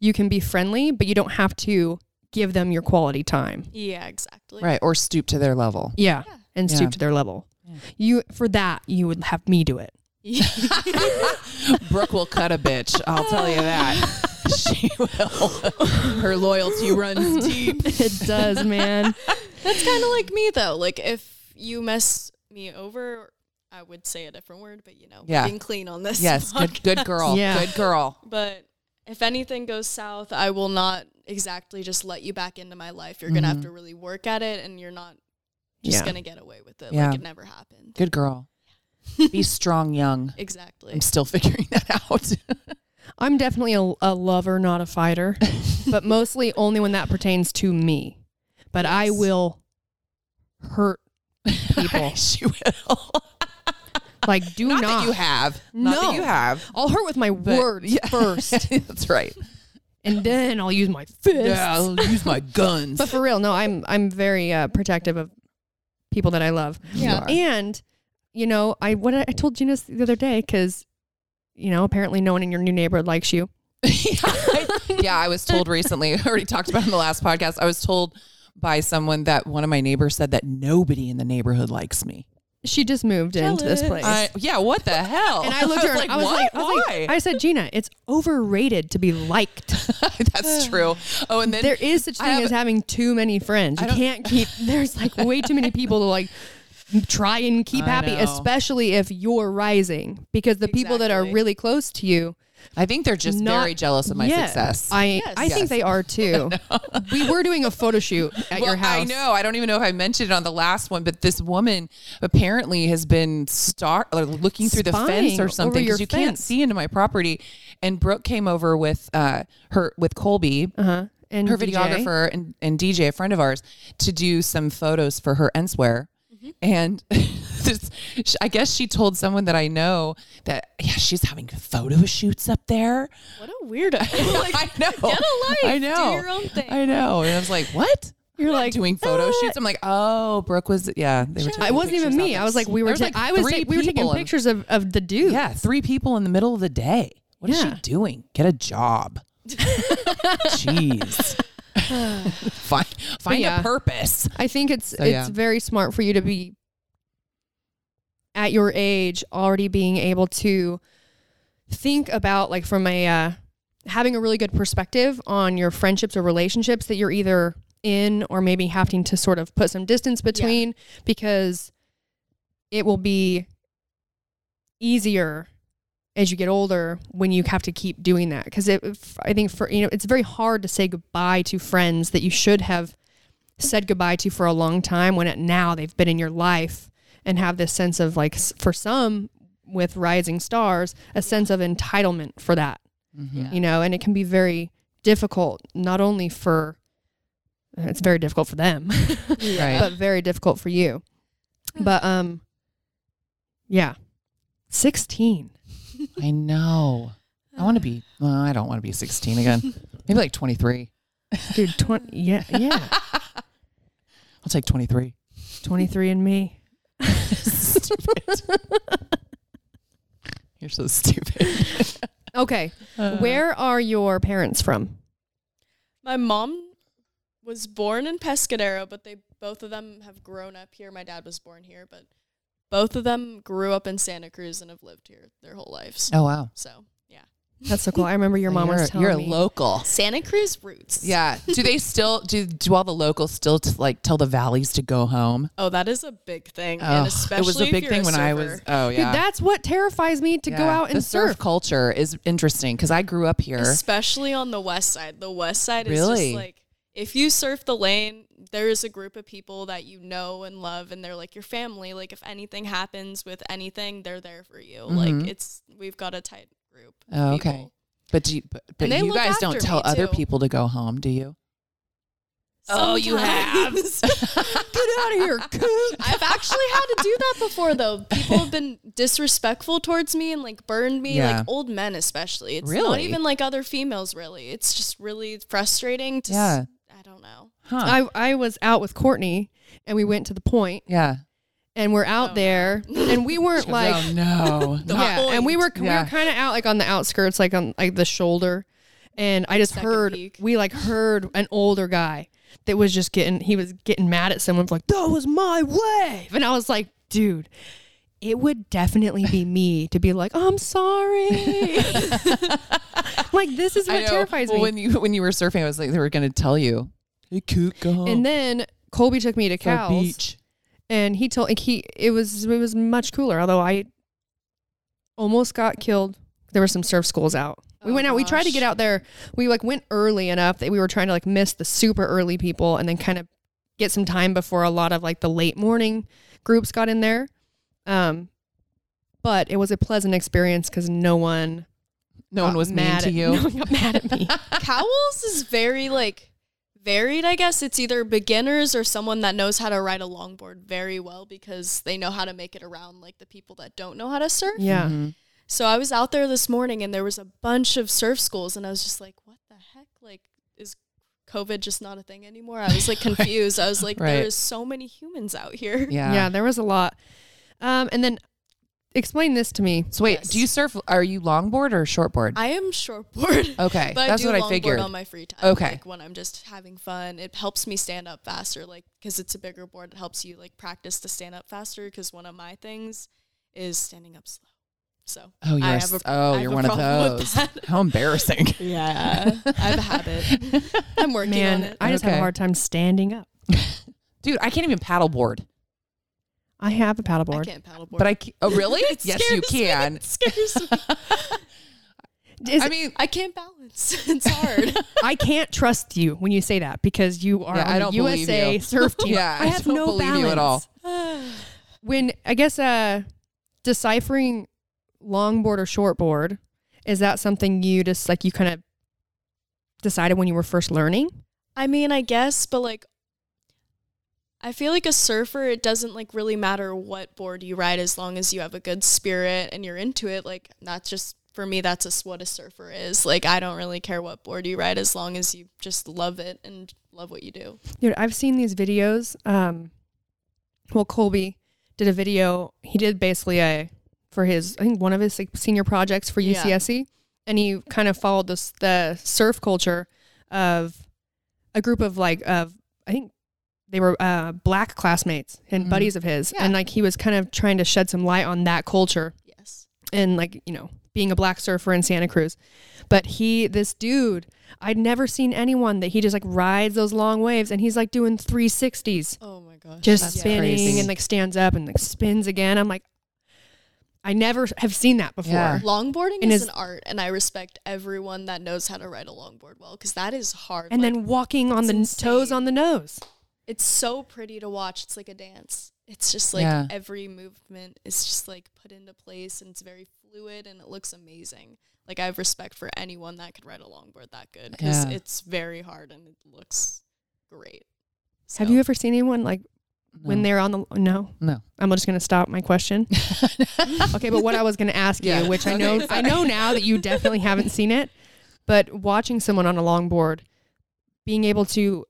C: you can be friendly but you don't have to give them your quality time
E: Yeah, exactly.
D: right or stoop to their level.
C: yeah,
E: Yeah.
C: and
D: Yeah.
C: stoop to their level you for that you would have me do it
D: Brooke will cut a bitch. I'll tell you that. She will. Her loyalty runs deep.
C: it does man
E: That's kind of like me though. Like if you mess me over, I would say a different word, but you know,
D: Yeah.
E: being clean on this.
D: Yes, good, good girl.
C: Yeah.
D: Good girl.
E: But if anything goes south, I will not exactly just let you back into my life. You're
D: Mm-hmm.
E: gonna have to really work at it, and you're not just
C: Yeah.
E: gonna get away with it.
D: Yeah.
E: Like it never happened.
D: Good girl. Be strong young.
E: Exactly.
D: I'm still figuring that out.
C: I'm definitely a, a lover, not a fighter, but mostly only when that pertains to me. But I will hurt people.
D: she will.
C: like, do not.
D: Not, that you have. Not
C: No.
D: that you have.
C: I'll hurt with my words
D: Yeah.
C: first,
D: That's right.
C: and then I'll use my fists.
D: use my guns.
C: But for real, no, I'm I'm very uh, protective of people that I love.
E: Yeah.
C: And you know, I what I I told Gina this the other day because you know apparently no one in your new neighborhood likes you.
D: yeah, I, yeah, I was told recently, I already talked about it in the last podcast. I was told by someone that one of my neighbors said that nobody in the neighborhood likes me.
C: She just moved into this place.
D: I, yeah, what the hell?
C: And I looked at her. and I was like, I was like, I said, Gina, it's overrated to be liked. uh,
D: That's true. Oh, and then
C: There is such
D: I
C: thing
D: have-
C: as having too many friends. You
D: don't-
C: can't keep. There's like way too many people to like try and keep
D: I
C: happy,
D: know.
C: especially if you're rising, because the people that are
E: Exactly.
C: really close to you,
D: I think they're just
C: not
D: very jealous of my
C: Yes.
D: success.
C: I I
D: Yes.
C: think they are too. We were doing a photo shoot at your house.
D: I know. I don't even know if I mentioned it on the last one, but this woman apparently has been star or looking through the
C: Spying
D: fence or
C: over
D: something
C: your
D: because you can't
C: fence.
D: see into my property. And Brooke came over with uh, her with Colby,
C: Uh-huh. And
D: her
C: DJ.
D: videographer and, and DJ, a friend of ours, to do some photos for her Enswear.
C: Mm-hmm.
D: And this, sh- I guess she told someone that I know that yeah, she's having photo shoots up there.
E: what a weirdo. like,
D: I know.
E: get a life.
D: I know.
E: Do your own thing.
D: I know. And I was like, what?
C: You're
D: I'm not
C: like,
D: doing photo
C: uh,
D: shoots. I'm like, oh, Brooke was yeah. They were.
C: It
D: taking
C: wasn't even
D: pictures
C: me.
D: of
C: I
D: us.
C: was like, we
D: There
C: were.
D: was,
C: ta-
D: like,
C: I was.
D: three
C: ta- we were taking
D: people in-
C: pictures of of the dude.
D: Yeah, three people in the middle of the day. What is
C: Yeah.
D: she doing? Get a job. Jeez. find find
C: yeah.
D: a purpose.
C: I think it's
D: So,
C: it's
D: yeah.
C: very smart for you to be at your age already being able to think about like from a uh, having a really good perspective on your friendships or relationships that you're either in or maybe having to sort of put some distance between because it will be easier as you get older when you have to keep doing that because it if- i think for you know it's very hard to say goodbye to friends that you should have said goodbye to for a long time when it, now they've been in your life and have this sense of like s- for some with rising stars a sense of entitlement for that you know and it can be very difficult not only for it's very difficult for them
D: Right.
C: but very difficult for you but um yeah 16
D: I know. I want to be. Well, I don't want to be 16 again. Maybe like 23.
C: dude 20 yeah yeah
D: I'll take 23.
C: 23 and me
D: You're so stupid.
C: okay
D: Uh.
C: where are your parents from
E: My mom was born in Pescadero, but they both of them have grown up here. My dad was born here, but both of them grew up in Santa Cruz and have lived here their whole lives.
D: Oh wow.
E: So yeah,
C: that's so cool i remember your mom
D: you're,
C: was telling
D: you're
C: me
D: a local.
E: Santa Cruz roots.
D: Yeah. Do they still do? Do all the locals still t- like tell the valleys to go home?
E: Oh, that is a big thing,
D: Oh,
E: and especially
D: it was a
E: if
D: big
E: you're
D: thing when I
E: surfer.
D: was. Oh
C: Dude,
D: yeah.
C: that's what terrifies me to go
D: Yeah.
C: out and
D: the surf,
C: surf.
D: culture is interesting because I grew up here.
E: Especially on the west side. The west side is
D: Really?
E: just like if you surf the lane, there is a group of people that you know and love and they're like your family. Like if anything happens with anything, they're there for you. Like it's we've got a tight group. of
D: Mm-hmm. Oh, okay.
E: people.
D: But do you, but, but
E: And they
D: you
E: look
D: guys don't
E: after
D: tell
E: me,
D: other
E: too.
D: people to go home, do you? Oh, you have.
E: Sometimes.
C: Get out of here, coot.
E: I've actually had to do that before though. People have been disrespectful towards me and like burned me,
D: Yeah.
E: like old men especially. It's not
D: Really?
E: even like other females really. It's just really frustrating to
D: Yeah.
E: yeah. I don't know.
D: Huh.
C: I, I was out with Courtney and we went to the point
D: yeah.
C: and we're out there and we weren't like
D: oh no.
E: The
C: yeah, and we were we
D: Yeah.
C: were kind of out like on the outskirts, like on like the shoulder, and I just
E: Second
C: heard
E: peek.
C: we like heard an older guy that was just getting he was getting mad at someone like that was my wave, and I was like, dude. It would definitely be me to be like, I'm sorry. like this is
D: I
C: what
D: know.
C: terrifies
D: Well,
C: me.
D: When you when you were surfing, I was like, they were going to tell you, hey, coot, go home.
C: and then Colby took me to
D: It's our
C: Cal's.
D: beach.
C: and he told like he it was it was much cooler although i almost got killed there were some surf schools out we
E: Oh,
C: went out we tried to
E: gosh.
C: get out there we like went early enough that we were trying to like miss the super early people and then kind of get some time before a lot of like the late morning groups got in there um but it was a pleasant experience because no one
D: No one
C: got
D: was mean
C: mad
D: to
C: at-
D: you.
C: no one got mad at me
E: Cowls is very like varied, I guess. It's either beginners or someone that knows how to ride a longboard very well because they know how to make it around like the people that don't know how to surf.
C: yeah
E: So I was out there this morning and there was a bunch of surf schools and I was just like, what the heck? Like is COVID just not a thing anymore? I was like confused. I was like, there
D: Right.
E: is so many humans out here.
D: Yeah.
C: yeah, there was a lot um and then explain this to me
D: So wait,
E: Yes.
D: do you surf? Are you longboard or shortboard?
E: I am shortboard.
D: okay,
E: But
D: that's
E: I do
D: what
E: longboard
D: I figured.
E: on my free time.
D: Okay.
E: Like when I'm just having fun, it helps me stand up faster. Like because it's a bigger board, it helps you like practice to stand up faster. Because one of my things is standing up slow. So
D: oh,
E: I
D: you're
E: have
D: s-
E: a-
D: oh, you're
E: I have a
D: one of
E: problem with
D: those.
E: that.
D: How embarrassing.
E: Yeah, I have a habit. I'm working on
C: man
E: it.
C: i just have
D: Okay.
C: a hard time standing up
D: Dude, I can't even paddleboard.
C: I have a
E: I
C: paddleboard.
E: can't paddleboard.
D: But I ca- oh really?
E: It
D: yes, you
E: scares me.
D: can.
E: It scares me.
C: Is-
D: I mean,
E: I can't balance. It's hard.
C: I can't trust you when you say that because you are
D: Yeah,
C: on
D: I
C: the
D: don't believe
C: USA
D: you.
C: surf team.
D: Yeah,
C: I
D: I
C: have
D: don't
C: no
D: believe
C: balance
D: you at all.
C: When I guess uh, deciphering longboard or shortboard is that something you just like you kind of decided when you were first learning?
E: I mean, I guess, but like, I feel like a surfer, it doesn't like really matter what board you ride as long as you have a good spirit and you're into it. Like, that's just for me, that's just what a surfer is. Like, I don't really care what board you ride as long as you just love it and love what you do.
C: Dude, I've seen these videos. Um, well, Colby did a video. He did basically a for his I think one of his like, senior projects for
E: Yeah.
C: UCSC, E, and he kind of followed this the surf culture of a group of like of I think they were uh, black classmates and
D: Mhm.
C: buddies of his,
E: Mm-hmm. Yeah.
C: and like he was kind of trying to shed some light on that culture
E: Yes.
C: and like you know being a black surfer in Santa Cruz. But he, this dude, I'd never seen anyone that he just like rides those long waves and he's like doing 360s,
E: Oh my gosh.
C: just
D: That's
C: spinning
D: crazy.
C: and like stands up and like spins again. I'm like, I never have seen that before.
D: Yeah.
E: Longboarding
C: And
E: is
C: is-
E: an art, and I respect everyone that knows how to ride a longboard well because that is hard.
C: And
E: Like,
C: then walking on
E: it's
C: the n- toes
E: insane.
C: on the nose.
E: it's so pretty to watch. It's like a dance. It's just like
D: Yeah.
E: every movement is just like put into place and it's very fluid and it looks amazing. Like I have respect for anyone that could ride a longboard that good because
D: Yeah.
E: it's very hard and it looks great.
C: Have
E: So-
C: you ever seen anyone like when
D: No.
C: they're on the no?
D: No.
C: I'm just gonna stop my question. okay, but what I was gonna ask
D: Yeah.
C: you, which I
D: Okay,
C: know I know now that you definitely haven't seen it, but watching someone on a longboard, being able to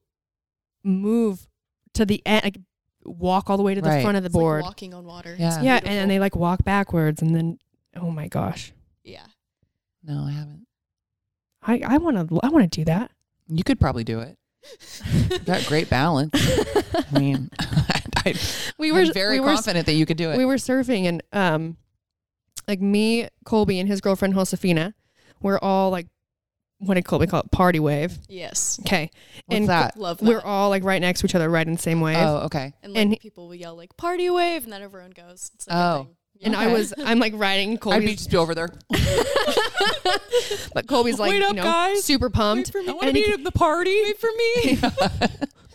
C: move to the end, like walk all the way to the
D: Right.
C: front of the
E: It's like
C: board,
E: walking on water. It's
D: Yeah.
C: yeah, and, and they
E: beautiful.
C: like walk backwards, and then oh my gosh,
E: yeah.
D: no, I haven't.
C: I I want to I want to do that.
D: You could probably do it. You got great balance. I mean, I,
C: we
D: we
C: were
D: were very
C: we were
D: confident that you could do it.
C: we were surfing and um like me colby and his girlfriend josefina we're all like what did colby call it party wave
E: Yes.
C: okay
D: What's
C: and
D: that?
E: Love that.
C: we're all like right next to each other right in the same wave
D: Oh, okay.
E: and like
C: and he-
E: people will yell like party wave and then everyone goes. It's like a
D: Oh.
E: thing.
C: and i
D: Okay.
C: was i'm like riding
D: I'd be
C: colby's
D: just be over there.
C: but colby's like
D: Wait up,
C: you know
D: guys.
C: super pumped
D: I want to
C: and
D: be
C: he-
D: at the party. Wait for me.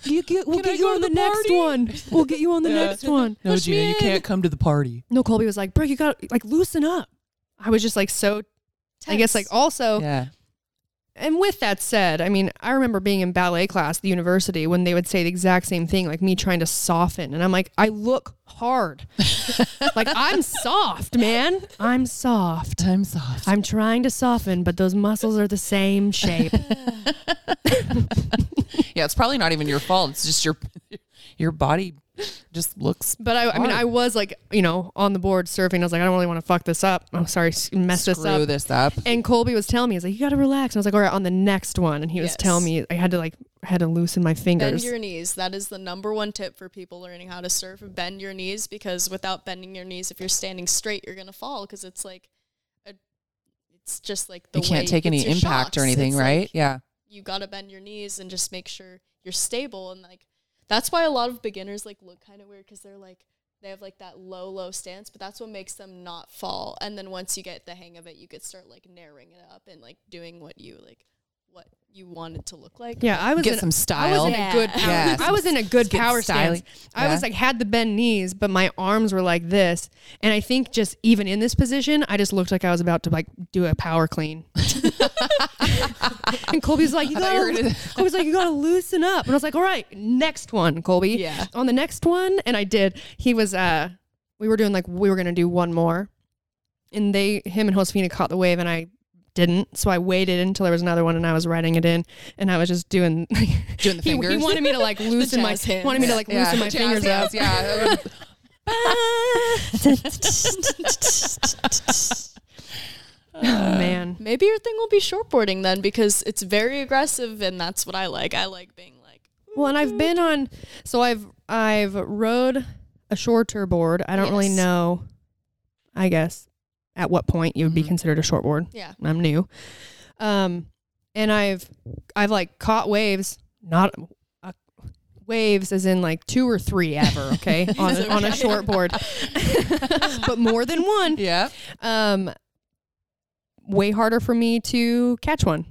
C: you get- we'll
D: Can I
C: get you
D: go to
C: on the,
D: the
C: next
D: party?
C: one we'll get you on the next one
D: no, Gina, you can't come to the party.
C: no colby was like bro you got like loosen up i was just like so i guess like
E: Tense.
C: also
D: Yeah.
C: And with that said, I mean, I remember being in ballet class at the university when they would say the exact same thing, like me trying to soften. And I'm like, I look hard. like, I'm soft, man. I'm soft.
D: Time soft.
C: I'm trying to soften, but those muscles are the same shape.
D: yeah, it's probably not even your fault. It's just your your body just looks.
C: But I, I mean,
D: Hard.
C: I was like, you know, on the board surfing. I was like, I don't really want to fuck this up. I'm sorry, s- mess this
D: Screw
C: up.
D: this up.
C: And Colby was telling me, he's like, you got to relax. And I was like, all right, on the next one. And he was
E: Yes.
C: telling me I had to like, I had to loosen my
E: Bend
C: fingers.
E: your knees. That is the number one tip for people learning how to surf. Bend your knees because without bending your knees, if you're standing straight, you're gonna fall because it's like a, it's just like the
D: You can't
E: way-
D: take any
E: it's your
D: impact or
E: shocks.
D: anything,
E: It's like
D: right? yeah.
E: you gotta bend your knees and just make sure you're stable and like that's why a lot of beginners like look kind of weird because they're like they have like that low low stance, but that's what makes them not fall. And then once you get the hang of it, you could start like narrowing it up and like doing what you like what you want it to look like.
C: Yeah, I was
D: Get
C: in-
D: some
C: I was
D: style.
C: in a good power.
D: Yeah.
C: I was in a good
D: Get
C: power
D: styli-
C: stance. I was
D: Yeah.
C: like had the bent knees, but my arms were like this, and I think just even in this position, I just looked like I was about to like do a power clean. and Colby's like, you
D: thought
C: gotta,
D: you were gonna-
C: Colby's like, you gotta loosen up, and I was like, all right, next one, Colby.
E: Yeah.
C: On the next one, and I did. He was, uh, we were doing like we were gonna do one more, and they, him and Josefina caught the wave, and I didn't. So I waited until there was another one and I was writing it in and I was just doing
D: Doing the
C: he, he
D: fingers.
C: wanted me to like loosen my
E: jazz hands.
C: wanted me to like loosen my
D: Jazz
C: fingers up.
D: hands, Yeah.
C: Oh, man.
E: Maybe your thing will be shortboarding then because it's very aggressive and that's what I like. I like being like
C: Well, and I've been on so I've I've rode a shorter board. I don't really
E: Yes.
C: know I guess at what point you would be
D: Mhm.
C: considered a short board.
E: yeah.
C: I'm new. Um and I've I've like caught waves, not uh, waves as in like two or three ever, okay? on a, on a short board. but more than one.
D: yeah.
C: Um way harder for me to catch one.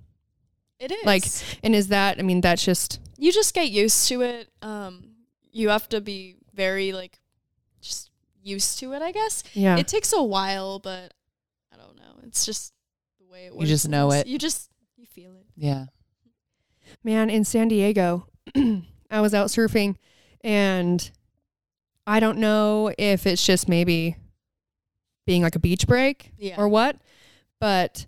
E: It is.
C: Like and is that I mean that's just
E: you just get used to it. Um you have to be very like just used to it, I guess.
C: yeah.
E: It takes a while, but I don't know. It's just the way it works.
D: just know
E: It's-
D: it.
E: You just you feel it.
D: Yeah.
C: Man, in San Diego, I was out surfing and I don't know if it's just maybe being like a beach break
E: Yeah.
C: or what, but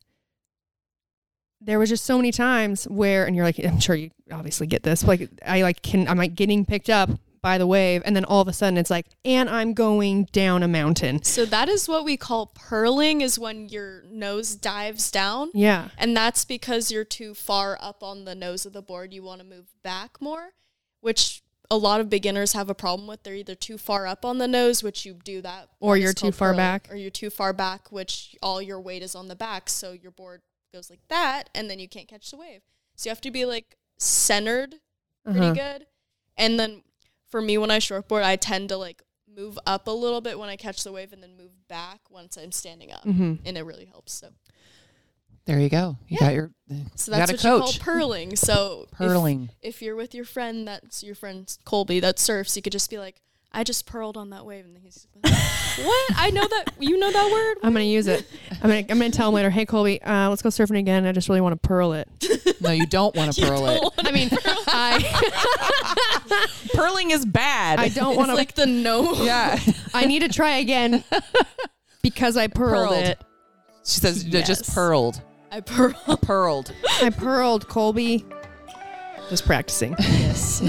C: there was just so many times where and you're like I'm sure you obviously get this, but like I like can I'm like getting picked up by the wave and then all of a sudden it's like and I'm going down a mountain.
E: So that is what we call purling is when your nose dives down.
C: Yeah.
E: And that's because you're too far up on the nose of the board. You want to move back more, which a lot of beginners have a problem with. They're either too far up on the nose, which you do that,
C: Or
E: that is
C: you're too
E: called
C: far
E: purling,
C: back.
E: or you're too far back, which all your weight is on the back. So your board goes like that, and then you can't catch the wave. So you have to be like centered pretty
C: Uh-huh.
E: good. And then for me, when I shortboard, I tend to like move up a little bit when I catch the wave and then move back once I'm standing up.
C: Mm-hmm.
E: And it really helps. So.
D: There you go. You got your.
E: So
D: you got a
E: that's what
D: coach.
E: you call purling. So if-
D: Purling.
E: If, you're with your friend, that's your friend Colby that surfs. You could just be like, I just purled on that wave, and he's what? I know that you know that word.
C: I'm gonna use it. I'm gonna I'm gonna tell him later. Hey Colby, uh, let's go surfing again. I just really want to pearl it.
D: No, you don't want to pearl it.
C: I mean, I
D: Pearling is bad.
C: I don't want to.
E: like the no.
D: yeah.
C: I need to try again because I pearled,
D: Pearled.
C: it.
D: She says "They're just
E: Yes.
D: pearled.
E: I purled.
D: Pearled.
C: I pearled Colby. Just practicing
E: Yes.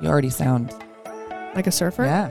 D: You already sound.
C: like a surfer.
D: Yeah.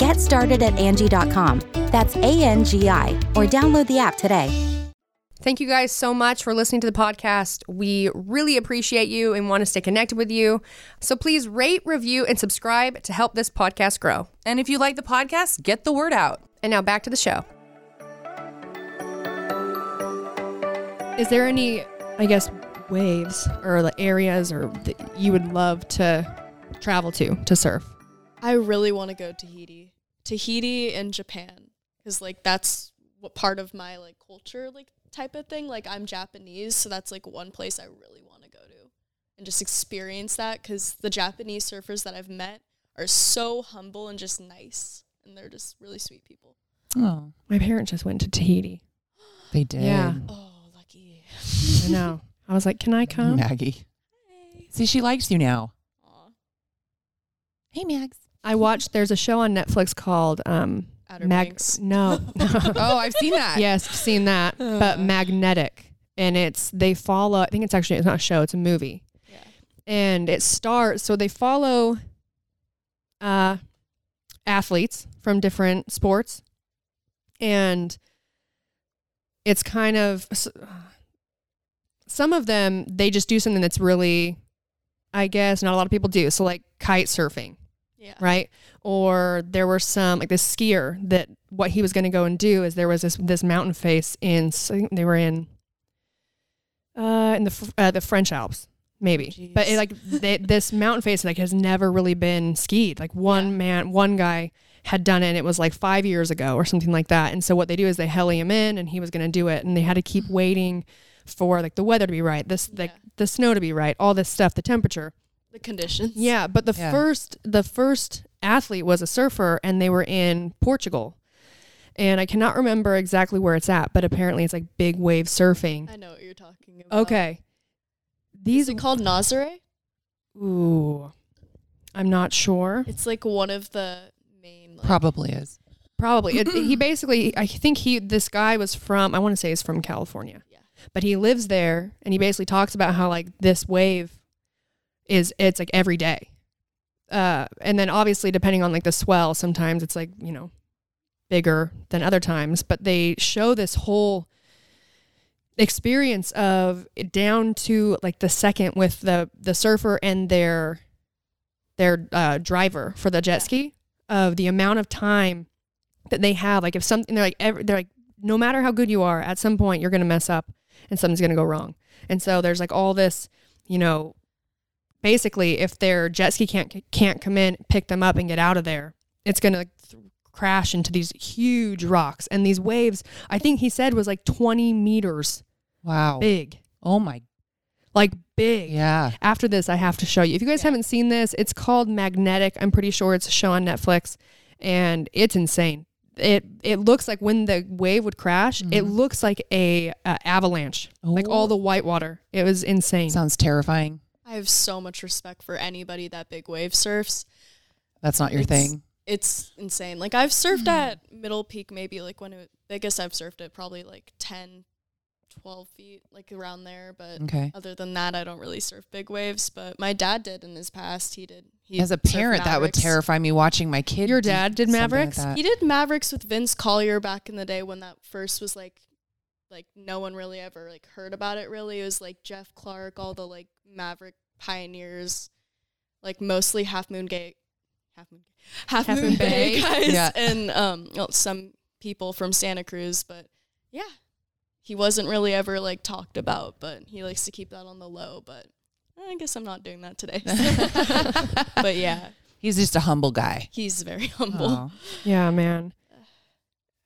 G: Get started at Angie.com. That's A N G I, or download the app today.
H: Thank you guys so much for listening to the podcast. We really appreciate you and want to stay connected with you. So please rate, review, and subscribe to help this podcast grow.
D: And if you like the podcast, get the word out.
H: And now back to the show.
C: Is there any, I guess, waves or like areas or that you would love to travel to to surf?
E: I really want to go Tahiti, Tahiti and Japan, because like that's what part of my like culture, like type of thing. Like I'm Japanese, so that's like one place I really want to go to, and just experience that. Because the Japanese surfers that I've met are so humble and just nice, and they're just really sweet people.
D: Oh,
C: My parents just went to Tahiti.
D: they did.
C: Yeah.
E: Oh, lucky.
C: I know. I was like, can I come?
D: Maggie. See, she likes you now.
E: Aw,
D: Hey, Mags.
C: I watched. There's a show on Netflix called um,
E: Outer Banks.
C: No.
D: Oh, I've seen that. Uh.
C: yes, seen that. But magnetic, and it's they follow. I think it's actually it's not a show. It's a movie,
E: Yeah.
C: and it starts. So they follow uh, athletes from different sports, and it's kind of s- some of them they just do something that's really, I guess, not a lot of people do. So like kite surfing
E: Yeah.
C: right? Or there were some like this skier that what he was going to go and do is there was this this mountain face in s- I think they were in uh in the Fr- uh, the French Alps maybe, but it, like they, this mountain face like has never really been skied. Like one man, one guy had done it and it was like five years ago or something like that. And so what they do is they heli him in and he was going to do it and they had to keep waiting for like the weather to be right, this like the snow to be right, all this stuff, the temperature.
E: The conditions.
C: Yeah, but the
D: Yeah.
C: first the first athlete was a surfer and they were in Portugal. And I cannot remember exactly where it's at, but apparently it's like big wave surfing.
E: I know what you're talking about.
C: Okay.
E: Is
C: These
E: it called Nazare?
C: Ooh. I'm not sure.
E: It's like one of the main. Like,
D: Probably is.
C: Probably. It, he basically I think he this guy was from I want to say he's from California.
E: Yeah.
C: But he lives there and he basically talks about how like this wave is it's like every day. Uh and then obviously depending on like the swell, sometimes it's like, you know, bigger than other times, but they show this whole experience of it down to like the second with the the surfer and their their uh, driver for the jet ski of the amount of time that they have. Like if something they're like every, they're like no matter how good you are, at some point you're gonna mess up and something's gonna go wrong. And so there's like all this, you know, basically if their jet ski can't can't come in, pick them up and get out of there, it's gonna like, th- crash into these huge rocks and these waves. I think he said was like 20 meters
D: Wow.
C: big,
D: Oh my.
C: like big.
D: Yeah.
C: After this, I have to show you. If you guys haven't seen this, it's called Magnetic. I'm pretty sure it's a show on Netflix, and it's insane. It it looks like when the wave would crash, it looks like a, uh avalanche, like all the white water. It was insane.
D: Sounds terrifying.
E: I have so much respect for anybody that big wave surfs.
D: That's not your
E: It's-
D: thing.
E: It's insane. Like I've
D: Mm-hmm.
E: surfed at Middle Peak maybe like when it biggest I've surfed at probably like 10 12 feet like around there, but
D: Okay.
E: other than that I don't really surf big waves, but my dad did in his past. He did. He
D: As a
E: surfed
D: parent, that would
E: Mavericks.
D: terrify me watching my kid.
C: Your
D: do
C: dad did
D: something like
C: Mavericks?
D: that.
E: He did Mavericks with Vince Collier back in the day when that first was like like no one really ever like heard about it really. It was like Jeff Clark, all the like Maverick pioneers, like mostly Half Moon Gate Half Moon, Half
C: Half
E: Moon
C: Moon
E: Bay,
C: Bay.
E: guys,
D: Yeah.
E: and um, well, some people from Santa Cruz. But yeah, he wasn't really ever like talked about, but he likes to keep that on the low. But I guess I'm not doing that today. but yeah,
D: He's just a humble guy.
E: he's very humble.
D: Oh.
C: Yeah, man.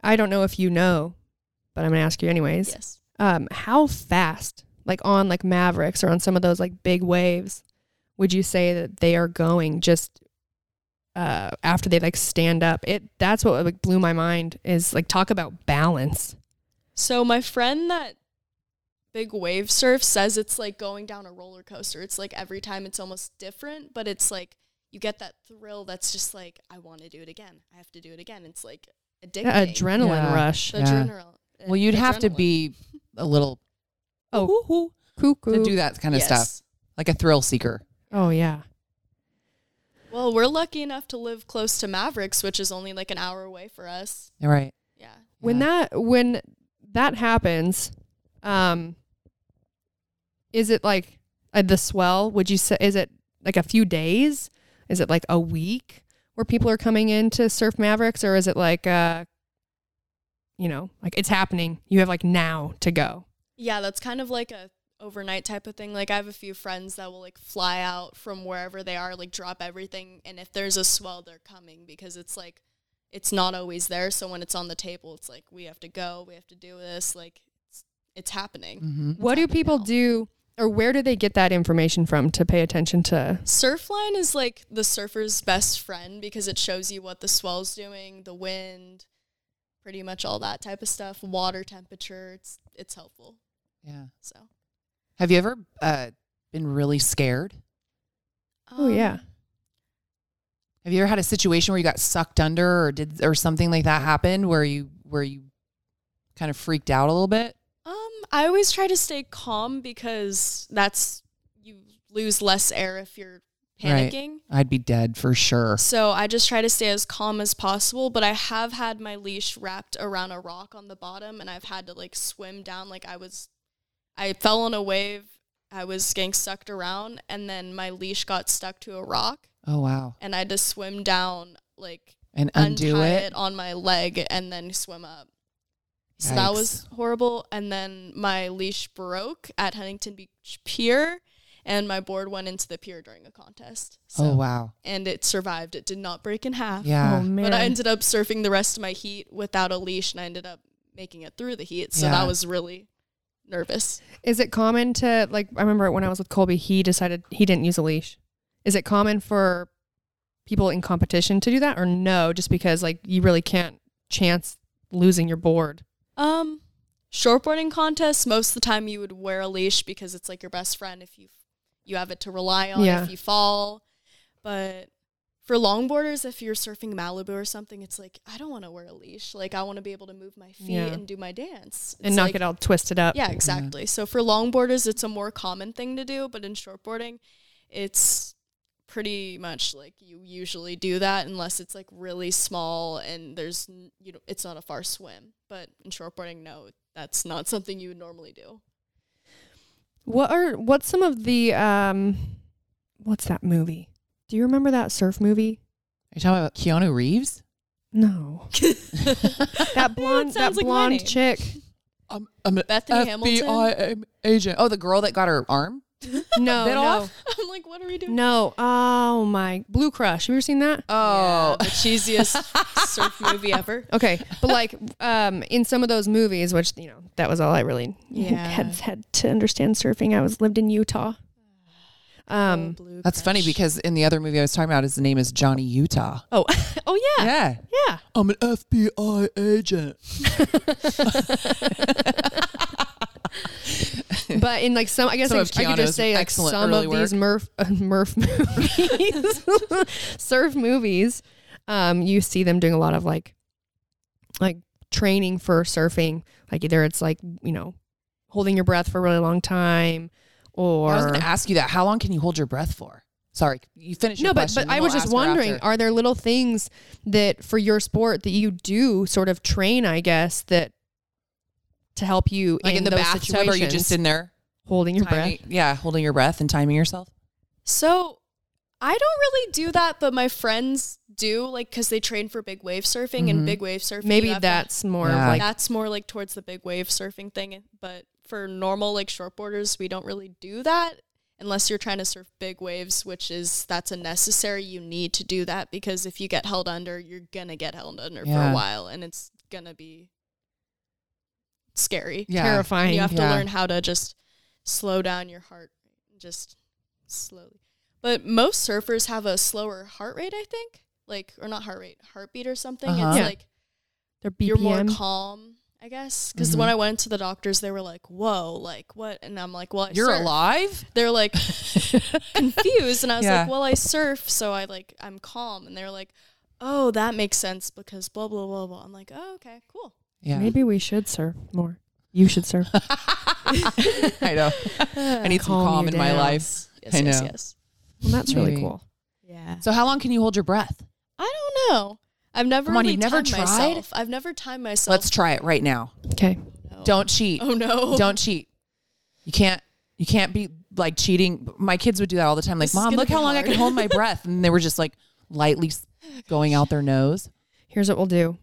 C: I don't know if you know, but I'm gonna ask you anyways.
E: Yes.
C: Um, how fast, like on like Mavericks or on some of those like big waves, would you say that they are going just uh after they like stand up? It that's what like blew my mind is like talk about balance.
E: So my friend that big wave surf says it's like going down a roller coaster. It's like every time it's almost different, but it's like you get that thrill that's just like I want to do it again. I have to do it again. It's like addicting.
C: Yeah, adrenaline
D: Yeah.
C: rush.
E: The
D: Yeah.
E: adrenal-
D: Well, you'd have to
E: adrenaline.
D: be a little
C: Oh.
D: Ooh-hoo-hoo
C: Cuckoo.
D: to do that kind of stuff,
E: Yes.
D: like a thrill seeker.
C: Oh yeah.
E: Well, we're lucky enough to live close to Mavericks, which is only like an hour away for us.
D: Right.
E: Yeah.
C: when
D: Yeah.
C: that when that happens um is it like uh, the swell would you say is it like a few days is it like a week where people are coming in to surf mavericks or is it like uh you know like it's happening you have like now to go
E: Yeah, that's kind of like a overnight type of thing. Like I have a few friends that will like fly out from wherever they are, like drop everything, and if there's a swell, they're coming because it's like it's not always there. So when it's on the table, it's like we have to go, we have to do this, like it's it's happening.
D: hmm
C: what do
E: happening
C: people
E: now.
C: do or where do they get that information from to pay attention to
E: Surfline is like the surfer's best friend because it shows you what the swell's doing, the wind, pretty much all that type of stuff, water temperature. It's it's helpful.
D: Yeah.
E: So
D: Have you ever uh, been really scared?
C: oh yeah
D: Have you ever had a situation where you got sucked under or did or something like that happened where you where you kind of freaked out a little bit?
E: Um, I always try to stay calm because that's you lose less air if you're
D: Right.
E: panicking.
D: I'd be dead for sure.
E: So I just try to stay as calm as possible, but I have had my leash wrapped around a rock on the bottom and I've had to like swim down like I was I fell on a wave, I was getting sucked around and then my leash got stuck to a rock
D: Oh wow.
E: and I had to swim down like
D: And undo
E: untie
D: it.
E: on my leg and then swim up. So that was horrible. And then my leash broke at Huntington Beach Pier, and my board went into the pier during a contest. So,
D: oh wow.
E: And it survived. It did not break in half.
D: Yeah.
C: oh man
E: But I ended up surfing the rest of my heat without a leash, and I ended up making it through the heat. So
D: Yeah.
E: that was really nervous.
C: Is it common to like? I remember when I was with Colby, he decided he didn't use a leash. Is it common for people in competition to do that, or no? Just because like you really can't chance losing your board.
E: Um, shortboarding contests. Most of the time, you would wear a leash because it's like your best friend. If you you have it to rely on
C: Yeah.
E: if you fall, but for longboarders, if you're surfing Malibu or something, it's like I don't want to wear a leash. Like I want to be able to move my feet
C: Yeah.
E: and do my dance
C: and
E: It's
C: not
E: like-
C: get all twisted up.
E: Yeah, exactly. So for longboarders, it's a more common thing to do, but in shortboarding, it's pretty much like you usually do that unless it's like really small and there's n- you know it's not a far swim. But in shortboarding, no, that's not something you would normally do.
C: What are what's some of the um, what's that movie? Do you remember that surf movie?
D: Are you talking about Keanu Reeves?
C: No, that blonde, that
E: sounds like my
C: blonde
E: name.
C: chick.
D: Um, I'm a
E: Bethany Hamilton?
D: Hamilton agent. Oh, the girl that got her arm
C: No,
D: bit
C: no,
D: off.
E: I'm like, what are we doing?
C: no. Oh my, Blue Crush. Have you ever seen that?
D: Oh,
E: the cheesiest surf movie ever.
C: Okay, but like um, in some of those movies, which you know that was all I really
E: Yeah.
C: had had to understand surfing. I was lived in Utah.
D: Oh.
C: Um.
E: Blue
D: that's funny
E: Crush.
D: because in the other movie I was talking about, his name is Johnny Utah.
C: Oh. oh yeah.
D: Yeah,
C: Yeah.
D: I'm an FBI agent.
C: But in like some, I guess
D: Some
C: I,
D: of
C: I could just
D: Keanu's
C: say like
D: excellent
C: some
D: early
C: of these Murph uh, Murph movies, surf movies. Um, you see them doing a lot of like, like training for surfing. Like either it's like you know, holding your breath for a really long time, or
D: I was going to ask you that. How long can you hold your breath for? Sorry, you finish. Your
C: no, but,
D: question,
C: but
D: and
C: I
D: we'll
C: was just
D: ask her
C: wondering,
D: after.
C: are there little things that for your sport that you do sort of train, I guess, that to help you
D: like in, the
C: those
D: bathtub, are
C: situations,
D: you just in there
C: holding your breath?
D: timing- Yeah, holding your breath and timing yourself.
E: So I don't really do that, but my friends do, like, because they train for big wave surfing and big wave surfing.
C: Mm-hmm. Maybe
E: you have to-
C: that's more
D: Yeah.
C: of like
E: that's more like towards the big wave surfing thing. But for normal like shortboarders, we don't really do that unless you're trying to surf big waves, which is that's a necessary. You need to do that because if you get held under, you're gonna get held under for
D: Yeah.
E: a while, and it's gonna be scary.
D: Yeah.
E: And
C: terrifying.
E: you have to
D: yeah.
E: learn how to just slow down your heart, just slowly. But most surfers have a slower heart rate, I think, like or not heart rate, heartbeat or something.
D: Uh-huh.
E: It's
C: Yeah.
E: like
C: Their BPM.
E: you're more calm, I guess. Because when I went to the doctors, they were like, "Whoa, like what?" And I'm like, "Well, I
D: You're
E: surf."
D: alive?
E: They're like confused, and I was
D: Yeah.
E: like, "Well, I surf, so I like I'm calm." And they're like, "Oh, that makes sense because blah blah blah blah." I'm like, "Oh, okay, cool."
D: Yeah.
C: Maybe we should surf more. You should surf.
D: I know. I need some
C: Calm
D: calm
C: you
D: in my
C: down.
D: life.
E: Yes,
D: I
E: yes,
D: know.
E: yes.
C: Well, that's really
D: Maybe.
C: cool.
B: Yeah.
D: So how long can you hold your breath?
E: I don't know. I've never
D: Come on,
E: really
D: you've never
E: timed
D: tried?
E: myself. I've never timed myself.
D: Let's try it right now.
C: Okay.
D: Don't cheat.
E: Oh no!
D: Don't cheat. You can't. You can't be like cheating. My kids would do that all the time. Like,
E: This is
D: mom,
E: gonna
D: look how
E: be
D: long I
E: hard."
D: can hold my breath, and they were just like lightly s- going out their nose.
C: Here's what we'll do.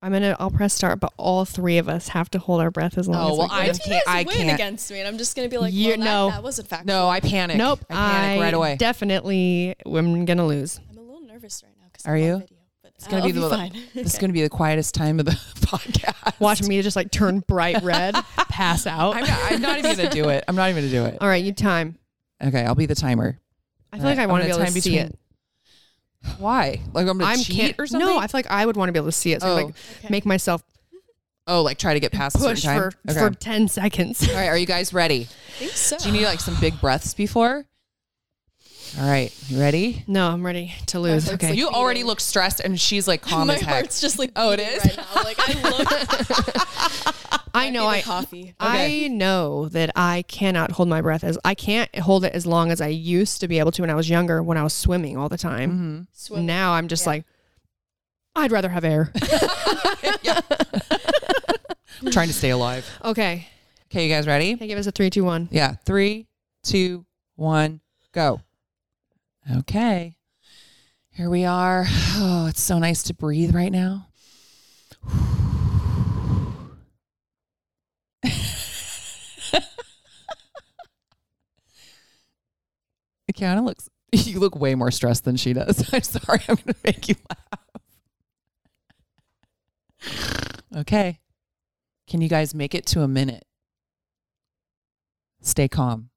C: I'm gonna. I'll press start, but all three of us have to hold our breath as long
D: Oh,
C: as
D: well,
C: we
E: What
D: I
E: if you
D: can't-
E: guys
D: I
E: win
D: can't.
E: against me, and I'm just gonna be like,
C: You
E: well, that-
C: know.
E: that, wasn't factual.
D: No, I panic.
C: Nope.
D: I panic right away.
C: Definitely, I'm gonna lose.
E: I'm a little nervous right now. Cause
D: Are
E: I'm on
D: you?
E: Video, but it's
D: gonna be
E: gonna be,
D: the-
E: fine.
D: This is going to be the quietest time of the podcast.
C: Watch me just like turn bright red, pass out.
D: I'm not, I'm not even going to do it. I'm not even going to do it.
C: all right, you time.
D: Okay, I'll be the timer.
C: I feel like I want to be able to see it.
D: Why? Like I'm going
C: I'm
D: to cheat
C: can't.
D: or something?
C: No, I feel like I would want to be able to see it. So
D: Oh.
C: like, make myself
D: oh, like try to get past a certain
C: push
D: time?
C: for
D: Okay.
C: for ten seconds.
D: All right, are you guys ready?
E: I think so.
D: Do you need like some big breaths before? All right, you ready?
C: no, I'm ready to lose.
E: heart's
C: Okay.
E: like-
D: You already look stressed, and she's like calm
E: my
D: as heck.
E: heart's just like
D: Oh, it
E: beating
D: is?
E: right now. Like I love
C: I know. I
E: coffee.
C: I know that I cannot hold my breath as I can't hold it as long as I used to be able to when I was younger when I was swimming all the time.
D: Mm-hmm.
E: Swim.
C: Now I'm just like, I'd rather have air.
D: I'm trying to stay alive.
C: okay.
D: Okay, you guys ready?
C: Hey, give us a three, two, one.
D: Yeah. Three, two, one, go. Okay. Here we are. Oh, it's so nice to breathe right now. Kiana looks, you look way more stressed than she does. I'm sorry. I'm going to make you laugh. Okay. Can you guys make it to a minute? Stay calm.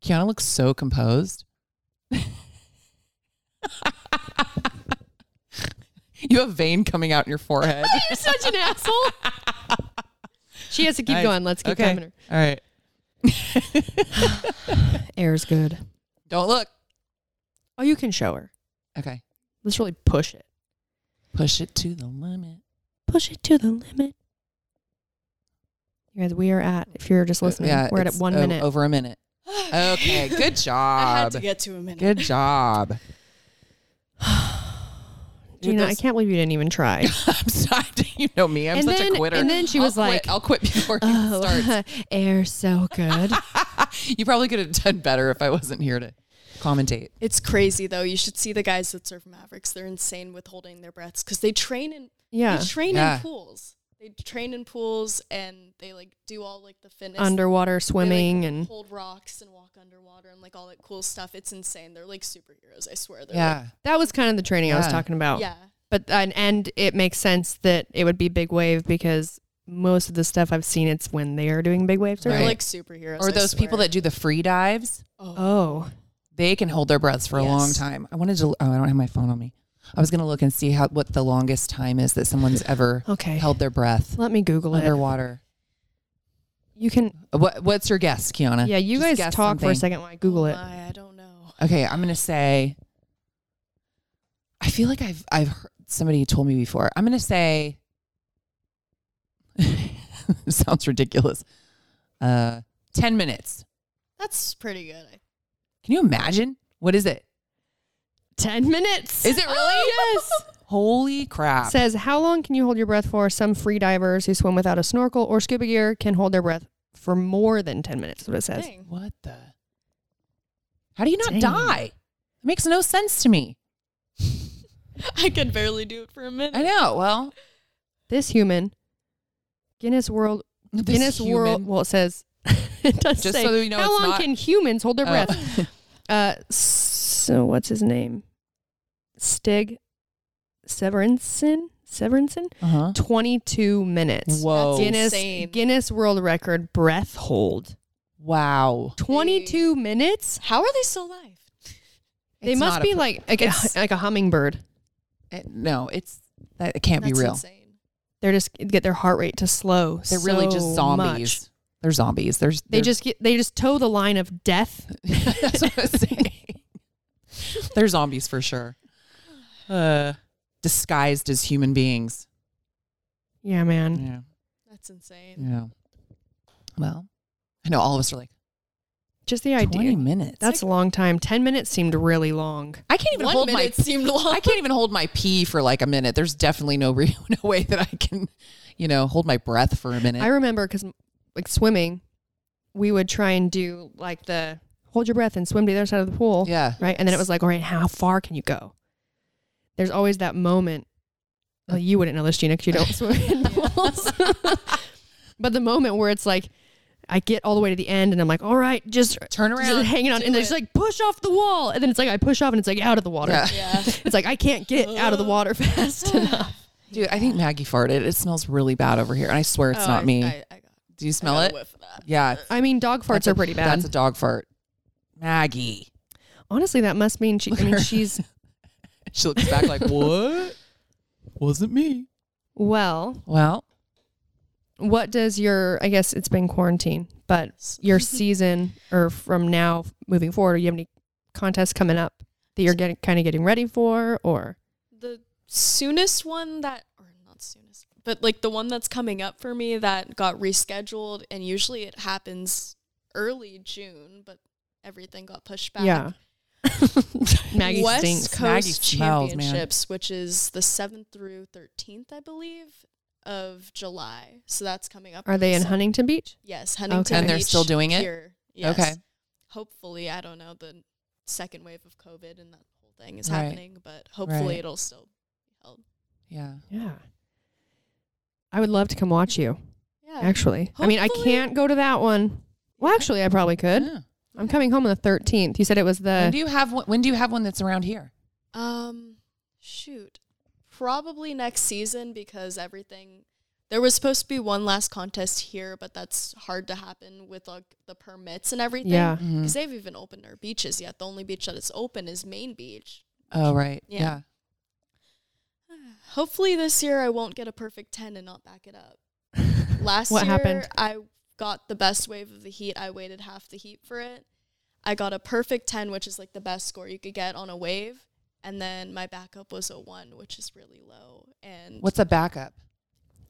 D: Kiana looks so composed. you have a vein coming out in your forehead.
C: You're such an asshole. She has to keep
D: Nice.
C: going. Let's keep
D: Okay.
C: coming. her.
D: All right.
C: Air's good.
D: Don't look.
C: Oh, you can show her.
D: Okay.
C: Let's really push it.
D: Push it to the limit.
C: Push it to the limit. You guys, we are at, if you're just listening,
D: Uh, Yeah,
C: we're at
D: it's
C: one
D: o-
C: minute.
D: Over a minute. Okay. Good
E: I
D: job.
E: had to get to a minute.
D: Good job.
C: Do you know, I can't believe you didn't even try.
D: I'm sorry. You know me. I'm
C: And
D: such
C: then-
D: a quitter.
C: and then she
D: I'll
C: was
D: quit-
C: like,
D: I'll quit before it starts.
C: Oh, air so good.
D: you probably could have done better if I wasn't here to commentate.
E: It's crazy though. You should see the guys that surf Mavericks. They're insane with holding their breaths because they train in
C: Yeah.
E: they train
D: Yeah.
E: in pools. They train in pools and they like do all like the fitness
C: Underwater
E: They, like,
C: swimming and
E: hold rocks and walk underwater and like all that cool stuff. It's insane. They're like superheroes. I swear. They're
D: Yeah.
C: that was kind of the training I was
D: Yeah.
C: talking about.
E: Like, yeah.
C: But uh, and, and it makes sense that it would be big wave because most of the stuff I've seen it's when they are doing big waves.
E: They're
D: Right.
E: like superheroes.
D: or
E: I
D: those people
E: swear.
D: that do the free dives,
C: Oh,
D: they can hold their breaths for a long
E: Yes.
D: time. I wanted to. Oh, I don't have my phone on me. I was gonna look and see how what the longest time is that someone's ever
C: okay.
D: held their breath
C: Let me Google it.
D: underwater.
C: You can.
D: What What's your guess, Kiana?
C: Yeah, you
D: Just
C: guys
D: guess
C: talk for a
D: something.
C: second while I Google
E: Oh
C: it.
E: my, I don't know.
D: Okay, I'm gonna say. I feel like I've I've heard, somebody told me before. I'm gonna say. it sounds ridiculous. Uh, ten minutes.
E: That's pretty good. I
D: Can you imagine? What is it?
C: Ten minutes.
D: Is it really?
C: yes.
D: Holy crap.
C: Says how long can you hold your breath for? Some free divers who swim without a snorkel or scuba gear can hold their breath for more than 10 minutes, is what it says.
E: Dang.
D: What the? How do you not die? It makes no sense to me.
E: I could barely do it for a minute.
D: I know. Well,
C: This human, Guinness World,
D: This
C: Guinness World,
D: human.
C: well, it says, it does
D: Just
C: say,
D: so you know
C: how
D: it's
C: long
D: not-
C: can humans hold their
D: Oh.
C: breath? Uh, so what's his name? Stig Severinsen? Severinsen?
D: Uh-huh.
C: 22 minutes.
D: Whoa.
E: That's
C: Guinness
E: insane.
C: Guinness World Record breath hold.
D: Wow.
C: 22 minutes?
E: How are they still alive?
C: They
D: It's
C: must
D: not a
C: be
D: pr-
C: like like a,
D: it's-
C: like a hummingbird.
D: It- no, it's that it can't
E: That's
D: be real.
E: insane.
C: They're just get their heart rate to slow.
D: They're really
C: so
D: just zombies.
C: much.
D: They're zombies. There's
C: They just get they just toe the line of death.
D: That's what I was saying. They're zombies for sure. Uh, disguised as human beings.
C: Yeah, man.
D: Yeah.
E: That's insane.
D: Yeah. Well, I know all of us are like
C: Just the
D: 20
C: idea.
D: minutes.
C: That's a long time. 10 minutes seemed really long.
D: I can't even
E: One
D: hold my
E: minute seemed long.
D: I can't even hold my pee for like a minute. There's definitely no re- no way that I can, you know, hold my breath for a minute.
C: I remember because like swimming, we would try and do like the hold your breath and swim to the other side of the pool.
D: yeah.
C: Right. And then it was like, all right, how far can you go? There's always that moment. Well, you wouldn't know this, Gina, because you don't swim in pools. but the moment where it's like, I get all the way to the end and I'm like, all right, just
D: Turn around.
C: just hanging on. And it's like, push off the wall. And then it's like, I push off and it's like, out of the water.
D: Yeah.
E: Yeah.
C: It's like, I can't get out of the water fast enough.
D: Dude, I think Maggie farted. It smells really bad over here. And I swear it's
E: Oh,
D: not
E: I-
D: me.
E: I, I got,
D: Do you
E: I
D: smell
E: got a
D: it?
E: whiff of that.
D: Yeah.
C: I mean, dog farts
D: That's a-
C: are pretty bad.
D: That's a dog fart. Maggie.
C: Honestly, that must mean she, I mean, she's
D: She looks back like, what? Wasn't me.
C: well.
D: Well,
C: What does your, I guess it's been quarantine, but your season or from now moving forward, do you have any contests coming up that you're getting kind of getting ready for or
E: The soonest one that, or not soonest, but like the one that's coming up for me that got rescheduled, and usually it happens early June, but everything got pushed back.
C: yeah? Maggie
E: West
C: stinks.
E: Coast
D: Maggie smells, man.
E: Championships, which is the seventh through thirteenth, I believe, of July. So that's coming up.
C: Are they in
E: this-
C: Huntington Beach?
E: Yes, Huntington.
C: Okay. And
D: they're still
E: Beach
D: doing it?
E: Here. Yes.
D: Okay.
E: Hopefully, I don't know the second wave of COVID and that whole thing is
D: Right.
E: happening, but hopefully
D: Right.
E: it'll still be held.
D: yeah.
C: Yeah. I would love to come watch you.
E: Yeah.
C: Actually, I mean, I
E: Hopefully.
C: can't go to that one. Well, actually, I probably could.
D: Yeah.
C: I'm coming home on the 13th. You said it was
D: When do
C: the
D: you have one, when do you have one that's around here?
E: Um, shoot, probably next season because everything. There was supposed to be one last contest here, but that's hard to happen with like the permits and everything.
C: yeah.
E: because they've even opened their beaches yet. The only beach that is open is Main Beach.
D: Oh, right.
E: Yeah. Hopefully this year I won't get a perfect ten and not back it up. Last
C: What
E: year
C: happened?
E: I got the best wave of the heat. I waited half the heat for it. I got a perfect ten, which is like the best score you could get on a wave. And then my backup was a one, which is really low. And
D: What's a backup?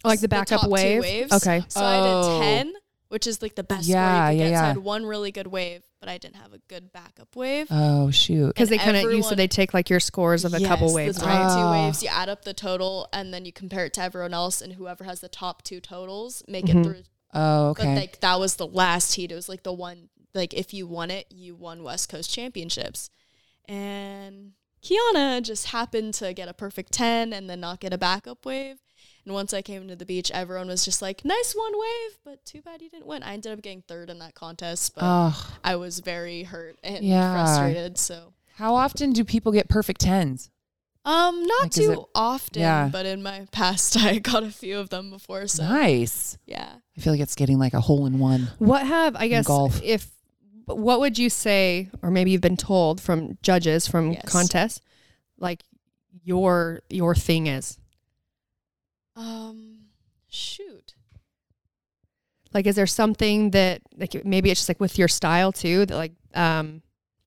C: like the
E: the
C: backup
E: top two
C: wave.
E: waves.
C: Okay.
E: So I
D: Oh.
E: had a 10, which is like the best
D: Yeah,
E: score you could
D: yeah,
E: get. So
D: yeah.
E: I had one really good wave, but I didn't have a good backup wave.
D: Oh, shoot.
C: Because they
E: And
C: kind of you said
E: everyone-
C: they take like your scores of a couple
E: Yes,
C: waves,
E: the
C: right?
E: top
D: Ah.
E: Two waves, you add up the total, and then you compare it to everyone else, and whoever has the top two totals make
C: Mhm.
E: it through.
D: Oh,
E: But
D: okay.
E: like that was the last heat. It was like the one like if you won it, you won West Coast Championships, and Kiana just happened to get a perfect ten and then not get a backup wave. And once I came to the beach, everyone was just like, "Nice one wave," but too bad you didn't win. I ended up getting third in that contest, but
D: Ugh.
E: I was very hurt and
D: Yeah.
E: frustrated. So
D: How often do people get perfect tens?
E: um, not
D: Like, is
E: too
D: it-
E: often,
D: Yeah.
E: but in my past, I got a few of them before. So
D: Nice.
E: yeah,
D: I feel like it's getting like a hole in one.
C: What have I guess
D: golf.
C: if what would you say, or maybe you've been told from judges from
E: Yes.
C: contests, like your your thing is
E: um, shoot,
C: like, is there something that like maybe it's just like with your style too that like um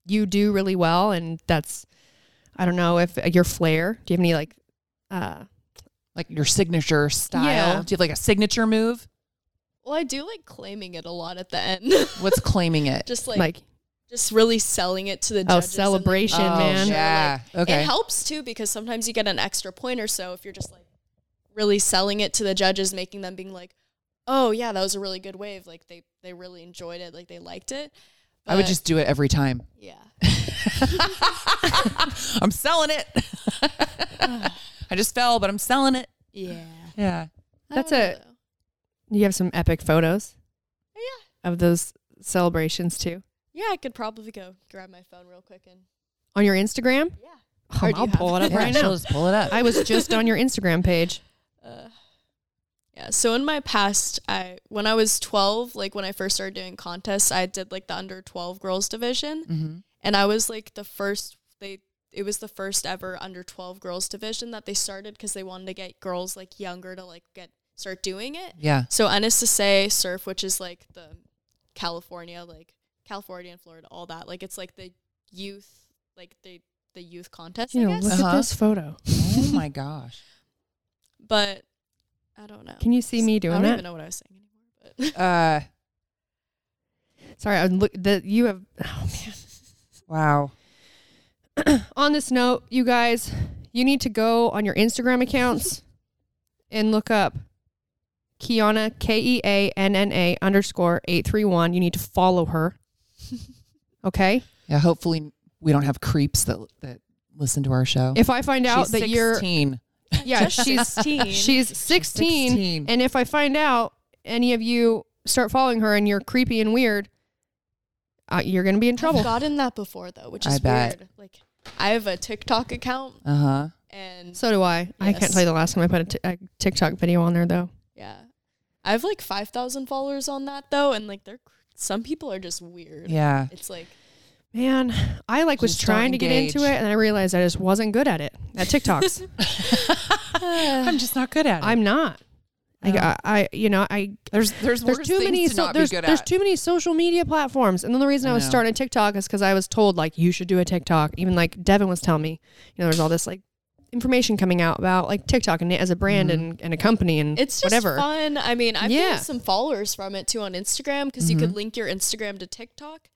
C: you do really well and that's I don't know if your flair. Do you have any like uh
D: Like your signature style.
C: Yeah.
D: Do you have like a signature move?
E: well, I do like claiming it a lot at the end,
D: What's claiming it?
E: just
C: like,
E: like, just really selling it to the
C: oh
E: judges. and, like,
C: celebration,
D: Oh,
C: man?
E: shit.
D: Yeah. okay.
E: It helps too because sometimes you get an extra point or so if you're just like really selling it to the judges, making them being like, oh yeah, that was a really good wave. Like they they really enjoyed it. Like they liked it.
D: I would
E: But,
D: just do it every time.
E: yeah.
D: I'm selling it. I just fell, but I'm selling it.
E: Yeah.
D: Yeah.
E: I
C: That's
E: don't know,
C: a-
E: though.
C: You have some epic photos
E: Yeah.
C: of those celebrations too
E: Yeah, I could probably go grab my phone real quick and
C: on your Instagram.
E: yeah.
C: Oh,
E: Or do
C: I'll
E: you have
C: pull it up
E: it?
C: right now.
D: just pull it up.
C: I was just on your Instagram page.
E: Uh, yeah. So in my past, I when I was 12, like when I first started doing contests, I did like the under 12 girls division,
D: Mm. Mm-hmm.
E: and I was like the first. They it was the first ever under 12 girls division that they started because they wanted to get girls like younger to like get start doing it.
D: yeah.
E: So NSSA surf, which is like the California, like California and Florida, all that. Like it's like the youth, like the the youth contest.
C: You
E: I
C: know,
E: guess.
C: look
D: Uh-huh.
C: at this photo.
D: Oh my gosh.
E: But I don't know.
C: Can you see me doing
E: I don't
C: that?
E: even know what I was saying anymore. But
D: Uh,
C: Sorry, I look that you have. Oh man.
D: wow.
C: on this note, you guys, you need to go on your Instagram accounts and look up Kiana K E A N N A underscore eight three one. You need to follow her. Okay.
D: Yeah. Hopefully, we don't have creeps that that listen to our show.
C: If I find out
D: She's
C: that you're
D: 16.
C: yeah,
E: Just
C: she's
E: 16.
C: she's 16,
D: 16.
C: and if I find out any of you start following her and you're creepy and weird, uh, you're gonna be in trouble.
E: I've gotten that before though, which
D: I
E: is
D: bet.
E: weird. Like I have a TikTok account
D: Uh huh.
E: and
C: So do I. I can't
E: Yes.
C: tell you the last time I put a, t- a TikTok video on there though.
E: yeah. I have like 5,000 followers on that though and like they're some people are just weird.
D: Yeah.
E: It's like
C: Man, I like was
D: Just don't
C: trying to get into it
D: engage.
C: and I realized I just wasn't good at it. At TikToks.
D: I'm just not good at it.
C: I'm not. Like I, I you know, I
D: Oh. there's there's
C: there's
D: worse
C: too
D: things
C: many
D: to
C: so-
D: not
C: there's
D: be good
C: there's
D: at.
C: too many social media platforms. And the reason I, was
D: know.
C: starting TikTok is cuz I was told like you should do a TikTok. Even like Devin was telling me, you know, there's all this like information coming out about like TikTok and it as a brand
D: Mm-hmm.
C: and, and a company and
E: it's just
C: whatever.
E: fun. I mean, I've
C: Yeah. Mm-hmm.
E: gained some followers from it too on Instagram because you could link your Instagram to TikTok.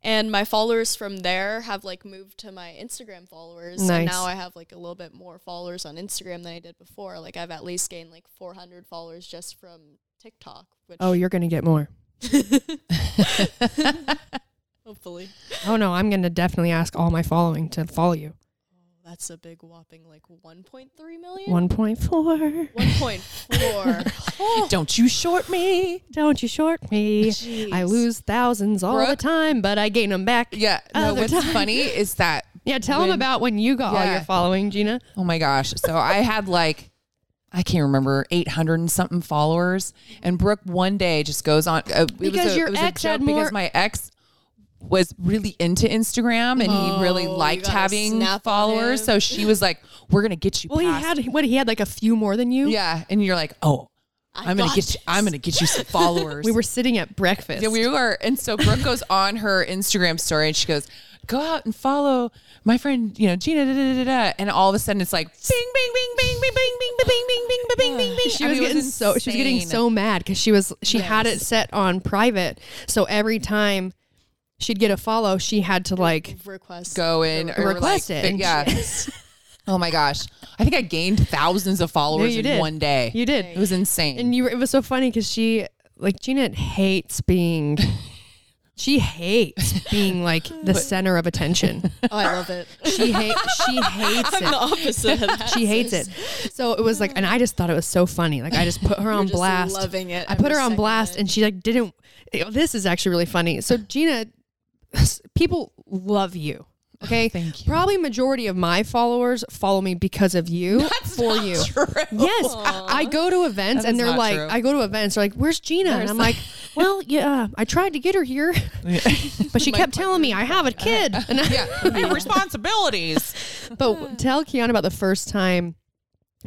E: And my followers from there have like moved to my Instagram followers.
C: Nice.
E: And now I have like a little bit more followers on Instagram than I did before. Like I've at least gained like 400 followers just from TikTok, which
C: Oh, you're going to get more.
E: hopefully
C: Oh no, I'm going to definitely ask all my following to follow you.
E: that's a big whopping like 1.3 million.
C: 1.4.
E: 1.4.
D: Don't you short me?
C: Don't you short me. I lose thousands all the
D: Brooke?
C: time, but I gain them back.
D: Yeah. No.
C: Other
D: What's
C: time.
D: funny is that
C: Yeah, tell them
D: When-
C: about when you got all
D: Yeah.
C: your following, Gina.
D: Oh my gosh. So I had like, I can't remember, 800 and something followers. And Brooke one day just goes on. Uh, it was
C: Because
D: a-
C: your
D: it was
C: ex
D: a joke
C: had more-
D: Because my ex was really into Instagram and he really
E: Oh, you
D: liked
E: gotta
D: having
E: snap on
D: followers.
E: him.
D: So she was like, we're going to get you
C: Well, he
D: past-
C: had what he had like a few more than you.
D: Yeah. And you're like, oh, I'm gonna
E: got
D: get you. I'm gonna get you some followers.
C: we were sitting at breakfast.
D: Yeah, we were. And so Brooke goes on her Instagram story and she goes, go out and follow my friend, you know, Gina, da, da, da, da. da." And all of a sudden it's like, bing, bing, bing, bing, bing, bing, bing, bing, bing, bing, bing, bing, bing, bing.
C: she
D: I
C: was
D: mean, it
C: getting so she was getting
D: insane.
C: so mad because she was she had it set on private, so every time she'd get a follow, she had to like
E: request.
D: go in or
C: Request
D: like,
C: it.
D: Yeah. oh my gosh. I think I gained thousands of followers
C: you
D: in
C: did.
D: one day.
C: you did,
D: It was insane.
C: and you were, it was so funny because she like Gina hates being. She hates being like the center of attention.
E: Oh, I love it.
C: She hate she hates it.
E: I'm the opposite of that.
C: She hates it. So it was like, and I just thought it was so funny. Like I just put her on
E: just
C: blast.
E: loving it
C: I put
E: every
C: her on
E: second
C: blast,
E: of it.
C: and she like didn't. you know, This is actually really funny. So Gina, people love you.
E: Oh,
C: Okay,
D: Thank you.
C: Probably majority of my followers follow me because of you. for you. Yes, I, I go to events
D: That
C: and
D: is
C: they're
D: not
C: like,
D: true.
C: I go to events. They're like, "Where's Gina?" and I'm like, "Well, yeah, I tried to get her here, but she kept telling me I have a kid." And I,
D: yeah. responsibilities.
C: but w- tell Keon about the first time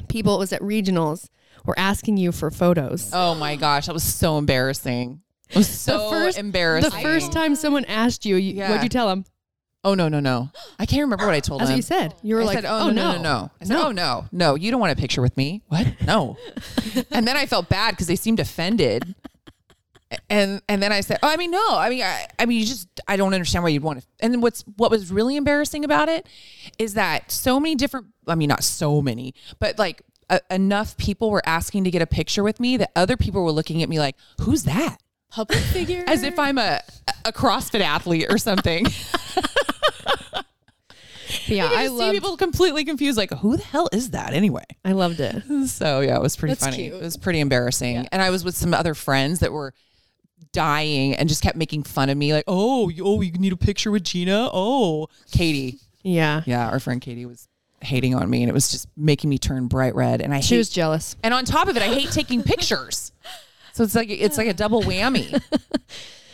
C: people, it was at regionals, were asking you for photos.
D: Oh my gosh. That was so embarrassing. It was so embarrassing.
C: The first time someone asked you, you
D: Yeah.
C: what'd you tell them?
D: Oh no, no, no. I can't remember what I told
C: That's
D: him.
C: what you said. You were
D: I
C: like,
D: said, oh, no, no, no, no. I said, oh, no, no, you don't want a picture with me. What? No. and then I felt bad because they seemed offended. And and then I said, oh, I mean, no, I mean, I, I mean, you just, I don't understand why you'd want to. And then what's what was really embarrassing about it is that so many different, I mean, not so many, but like a- enough people were asking to get a picture with me that other people were looking at me like, "Who's that?"
E: Public figure.
D: As if I'm a a CrossFit athlete or something.
C: yeah, I
D: I just see
C: loved,
D: people completely confused, like, "Who the hell is that anyway?"
C: I loved it.
D: So yeah, it was pretty
E: That's
D: funny.
E: cute.
D: It was pretty embarrassing. And I was with some other friends that were dying and just kept making fun of me, like, "Oh, you, oh, you need a picture with Gina." Oh, Katie.
C: Yeah.
D: Yeah, our friend Katie was hating on me, and it was just making me turn bright red. And I
C: She
D: hate-
C: was jealous.
D: and on top of it, I hate taking pictures. So it's like it's like a double whammy.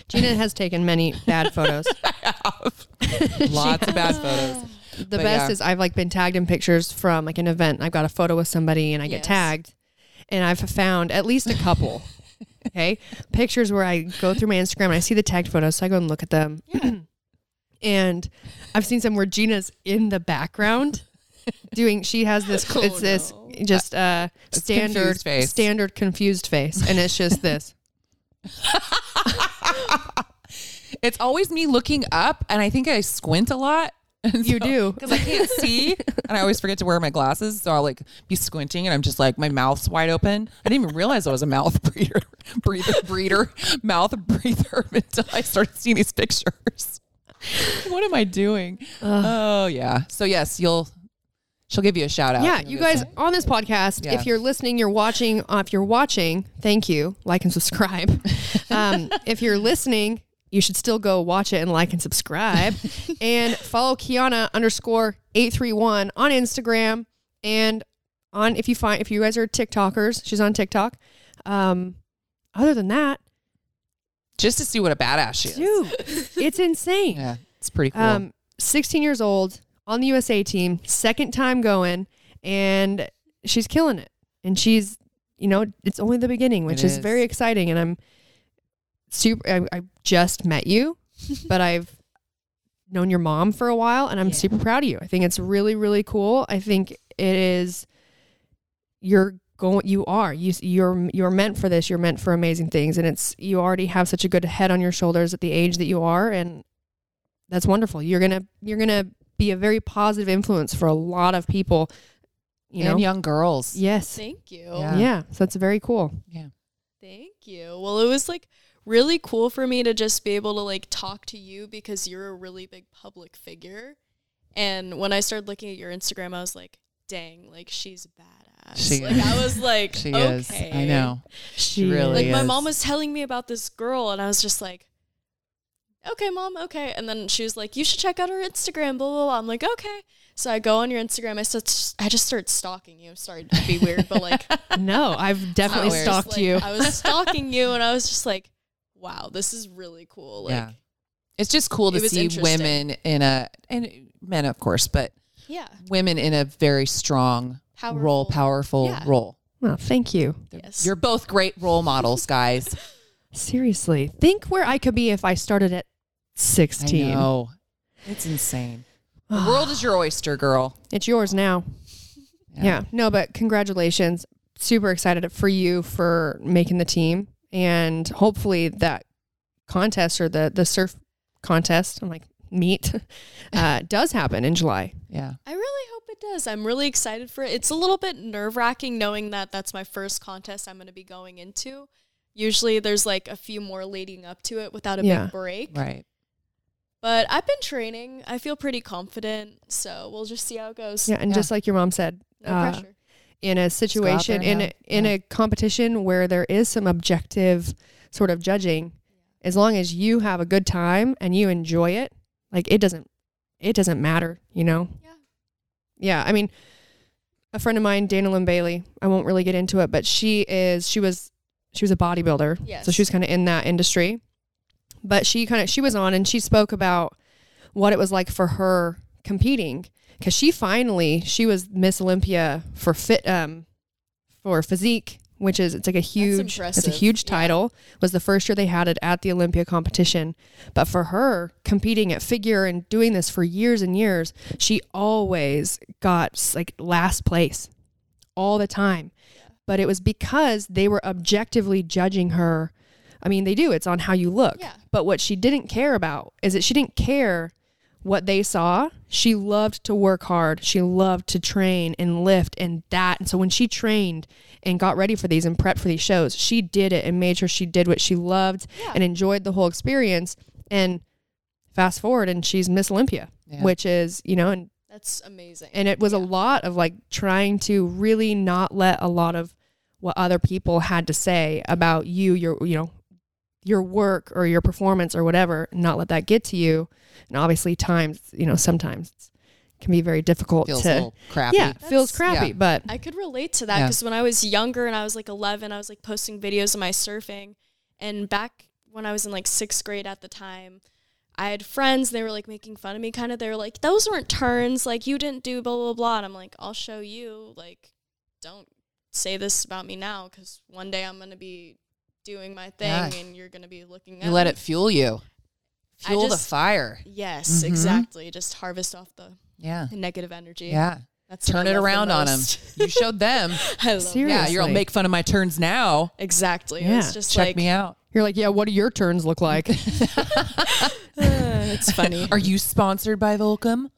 C: Gina has taken many bad photos.
D: Lots of bad photos.
C: The
D: But
C: best
D: yeah.
C: is I've like been tagged in pictures from like an event. I've got a photo with somebody and I get
E: Yes.
C: tagged and I've found at least a couple. okay. Pictures where I go through my Instagram and I see the tagged photos. So I go and look at them. and I've seen some where Gina's in the background doing she has this
E: Oh,
C: it's this
E: no.
C: just uh standard
D: confused face.
C: standard confused face and it's just this
D: It's always me looking up, and I think I squint a lot.
C: you do
D: because I can't see, and I always forget to wear my glasses, so I'll like be squinting, and I'm just like my mouth's wide open. I didn't even realize I was a mouth breather, breather, breeder, mouth breather until I started seeing these pictures. what am I doing? Oh yeah. So yes, you'll she'll give you a shout out.
C: Yeah, you guys on this podcast,
D: Yeah.
C: if you're listening, you're watching. Uh, if you're watching, thank you. Like and subscribe. um, if you're listening, you should still go watch it and like and subscribe, and follow Kiana underscore eight three one on Instagram and on. If you find if you guys are TikTokers, she's on TikTok. Um, other than that,
D: just to see what a badass she is.
C: dude, it's insane.
D: Yeah, it's pretty cool.
C: Um, 16 years old on the USA team, second time going, and she's killing it. And she's, you know, it's only the beginning, which
D: It
C: is.
D: is.
C: very exciting. And I'm super. I, I just met you, but I've known your mom for a while, and I'm super proud of you. I think it's really, really cool. I think it is. You're going. You are. You s- you're you're meant for this. You're meant for amazing things, and it's you already have such a good head on your shoulders at the age that you are, and that's wonderful. You're gonna you're gonna be a very positive influence for a lot of people. You know.
D: and young girls.
C: Yes.
E: Thank you.
D: Yeah.
C: Yeah. So that's very cool.
E: Thank you. Well, it was like really cool for me to just be able to like talk to you because you're a really big public figure. And when I started looking at your Instagram, I was like, dang, like she's badass.
D: She
E: like
D: is.
E: I was like,
D: She
E: okay.
D: is. I know.
C: She
D: really
E: Like my
D: is.
E: mom was telling me about this girl and I was just like, okay, mom, okay. And then she was like, you should check out her Instagram, blah, blah, blah. I'm like, okay. So I go on your Instagram. I, start, I just started stalking you. I'm starting to be weird, but like
C: No, I've definitely
E: I was
C: stalked
E: like-
C: you.
E: I was stalking you, and I was just like, "Wow, this is really cool." Like,
D: yeah. It's just cool
E: It
D: to
E: was
D: see
E: interesting.
D: women in a and men of course, but
E: yeah,
D: women in a very strong
E: Powerful.
D: role, powerful
E: Yeah.
D: role.
C: well, thank you.
E: yes,
D: You're both great role models, guys.
C: Seriously, think where I could be if I started at
D: I
C: 16.
D: know. It's insane. The world is your oyster, girl.
C: It's yours now. Yeah. No, but congratulations. Super excited for you for making the team. And hopefully that contest or the, the surf contest, I'm like, meet, uh, does happen in July.
D: Yeah.
E: I really hope it does. I'm really excited for it. It's a little bit nerve wracking knowing that that's my first contest I'm going to be going into. Usually, there's like a few more leading up to it without a
C: Yeah.
E: big break.
D: Right.
E: But I've been training. I feel pretty confident, so we'll just see how it goes.
C: Yeah. And
D: Yeah.
C: just like your mom said,
E: No
C: uh,
E: pressure.
C: in a situation
D: there
C: in
D: and
C: a,
D: have-
C: in
D: yeah.
C: a competition where there is some objective sort of judging as long as you have a good time and you enjoy it like it doesn't it doesn't matter you know
E: Yeah.
C: yeah i mean a friend of mine dana lynn bailey i won't really get into it but she is she was she was a bodybuilder so
E: Yes.
C: she was kind of in that industry but she kind of she was on and she spoke about what it was like for her competing because she finally she was Miss Olympia for fit um for physique, which is it's like a huge it's a
E: impressive,
C: huge
E: yeah.
C: title. Was the first year they had it at the Olympia competition, but for her competing at figure and doing this for years and years, she always got s- like last place all the time. But it was because they were objectively judging her. I mean, they do. It's on how you look.
E: Yeah.
C: But what she didn't care about is that she didn't care what they saw. She loved to work hard. She loved to train and lift and that. And so when she trained and got ready for these and prepped for these shows, she did it and made sure she did what she loved and enjoyed the whole experience. And fast forward and she's Miss Olympia, which is, you know, and
E: That's amazing.
C: and it was a lot of like trying to really not let a lot of what other people had to say about you your you know your work or your performance or whatever not let that get to you and obviously times you know sometimes it's, can be very difficult
D: Feels
C: to
D: a little crappy.
C: yeah feels
E: That's-
C: crappy
D: yeah.
C: but
E: I could relate to that
D: Yeah.
E: because when I was younger and I was like 11, I was like posting videos of my surfing. And back when I was in like sixth grade at the time, I had friends, they were like making fun of me, kind of. They were like, those weren't turns. Like, you didn't do blah, blah, blah. And I'm like, I'll show you. Like, don't say this about me now because one day I'm going to be doing my thing
D: Yes.
E: and you're going to be looking at
D: You let
E: me.
D: it fuel you.
E: I
D: Fuel the
E: just-
D: fire.
E: Yes,
D: Mhm.
E: exactly. Just harvest off the
D: Yeah.
E: negative energy.
D: Yeah.
E: That's what
D: Turn
E: I
D: it
E: love the
D: around on them.
E: most.
D: You showed them.
E: I love that.
D: yeah, you're all
C: Seriously.
D: make fun of my turns now.
E: Exactly.
C: Yeah.
E: It's just
D: Check
E: like
D: me out.
C: you're like yeah what do your turns look like
E: It's funny.
D: Are you sponsored by Volcom?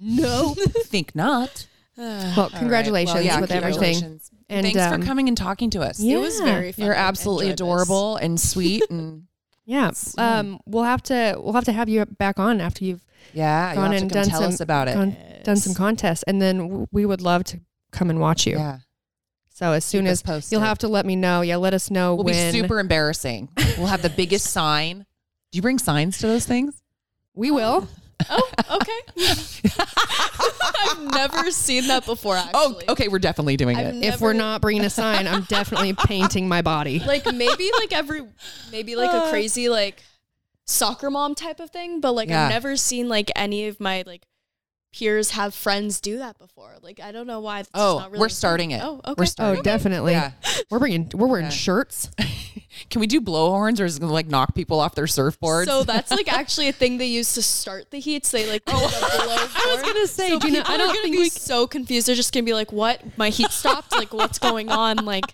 D: No, think not.
C: well congratulations with everything And,
D: Thanks
C: um,
D: for coming and talking to us.
C: yeah.
E: It was very fun.
D: You're
E: I
D: absolutely
E: enjoyed this.
D: adorable and sweet and
C: yeah um we'll have to we'll have to have you back on after you've
D: yeah, you
C: gone
D: have to
C: and
D: come
C: done
D: tell
C: some
D: us about it.
C: gone- done some contests and then w- we would love to come and watch you
D: yeah.
C: So as soon
D: Keep us
C: as
D: posted.
C: you'll have to let me know. Yeah, let us know
D: We'll
C: when
D: be super embarrassing. We'll have the biggest sign. Do you bring signs to those things?
C: we will.
E: Oh, okay. I've never seen that before. Actually.
D: Oh, okay, we're definitely doing
E: I've
D: it.
E: never,
C: If we're not bringing a sign, I'm definitely painting my body.
E: like maybe like every maybe like
D: Uh.
E: a crazy like soccer mom type of thing, but like
D: Yeah.
E: I've never seen like any of my like peers have friends do that before. Like I don't know why. It's just
D: Oh,
E: not really
D: we're starting it.
E: Oh,
D: We're
E: okay.
D: starting
C: Oh, definitely.
D: Yeah.
C: We're bringing. We're wearing
D: Yeah.
C: shirts.
D: Can we do blow horns or is it going to like knock people off their surfboards?
E: So that's like actually a thing they use to start the heats. They like oh, I was
C: gonna say,
E: so
C: do you know-
E: people
C: I don't
E: are gonna
C: think
E: be
C: we-
E: so confused. They're just gonna be like, "What? My heat stopped? like, what's going on? Like,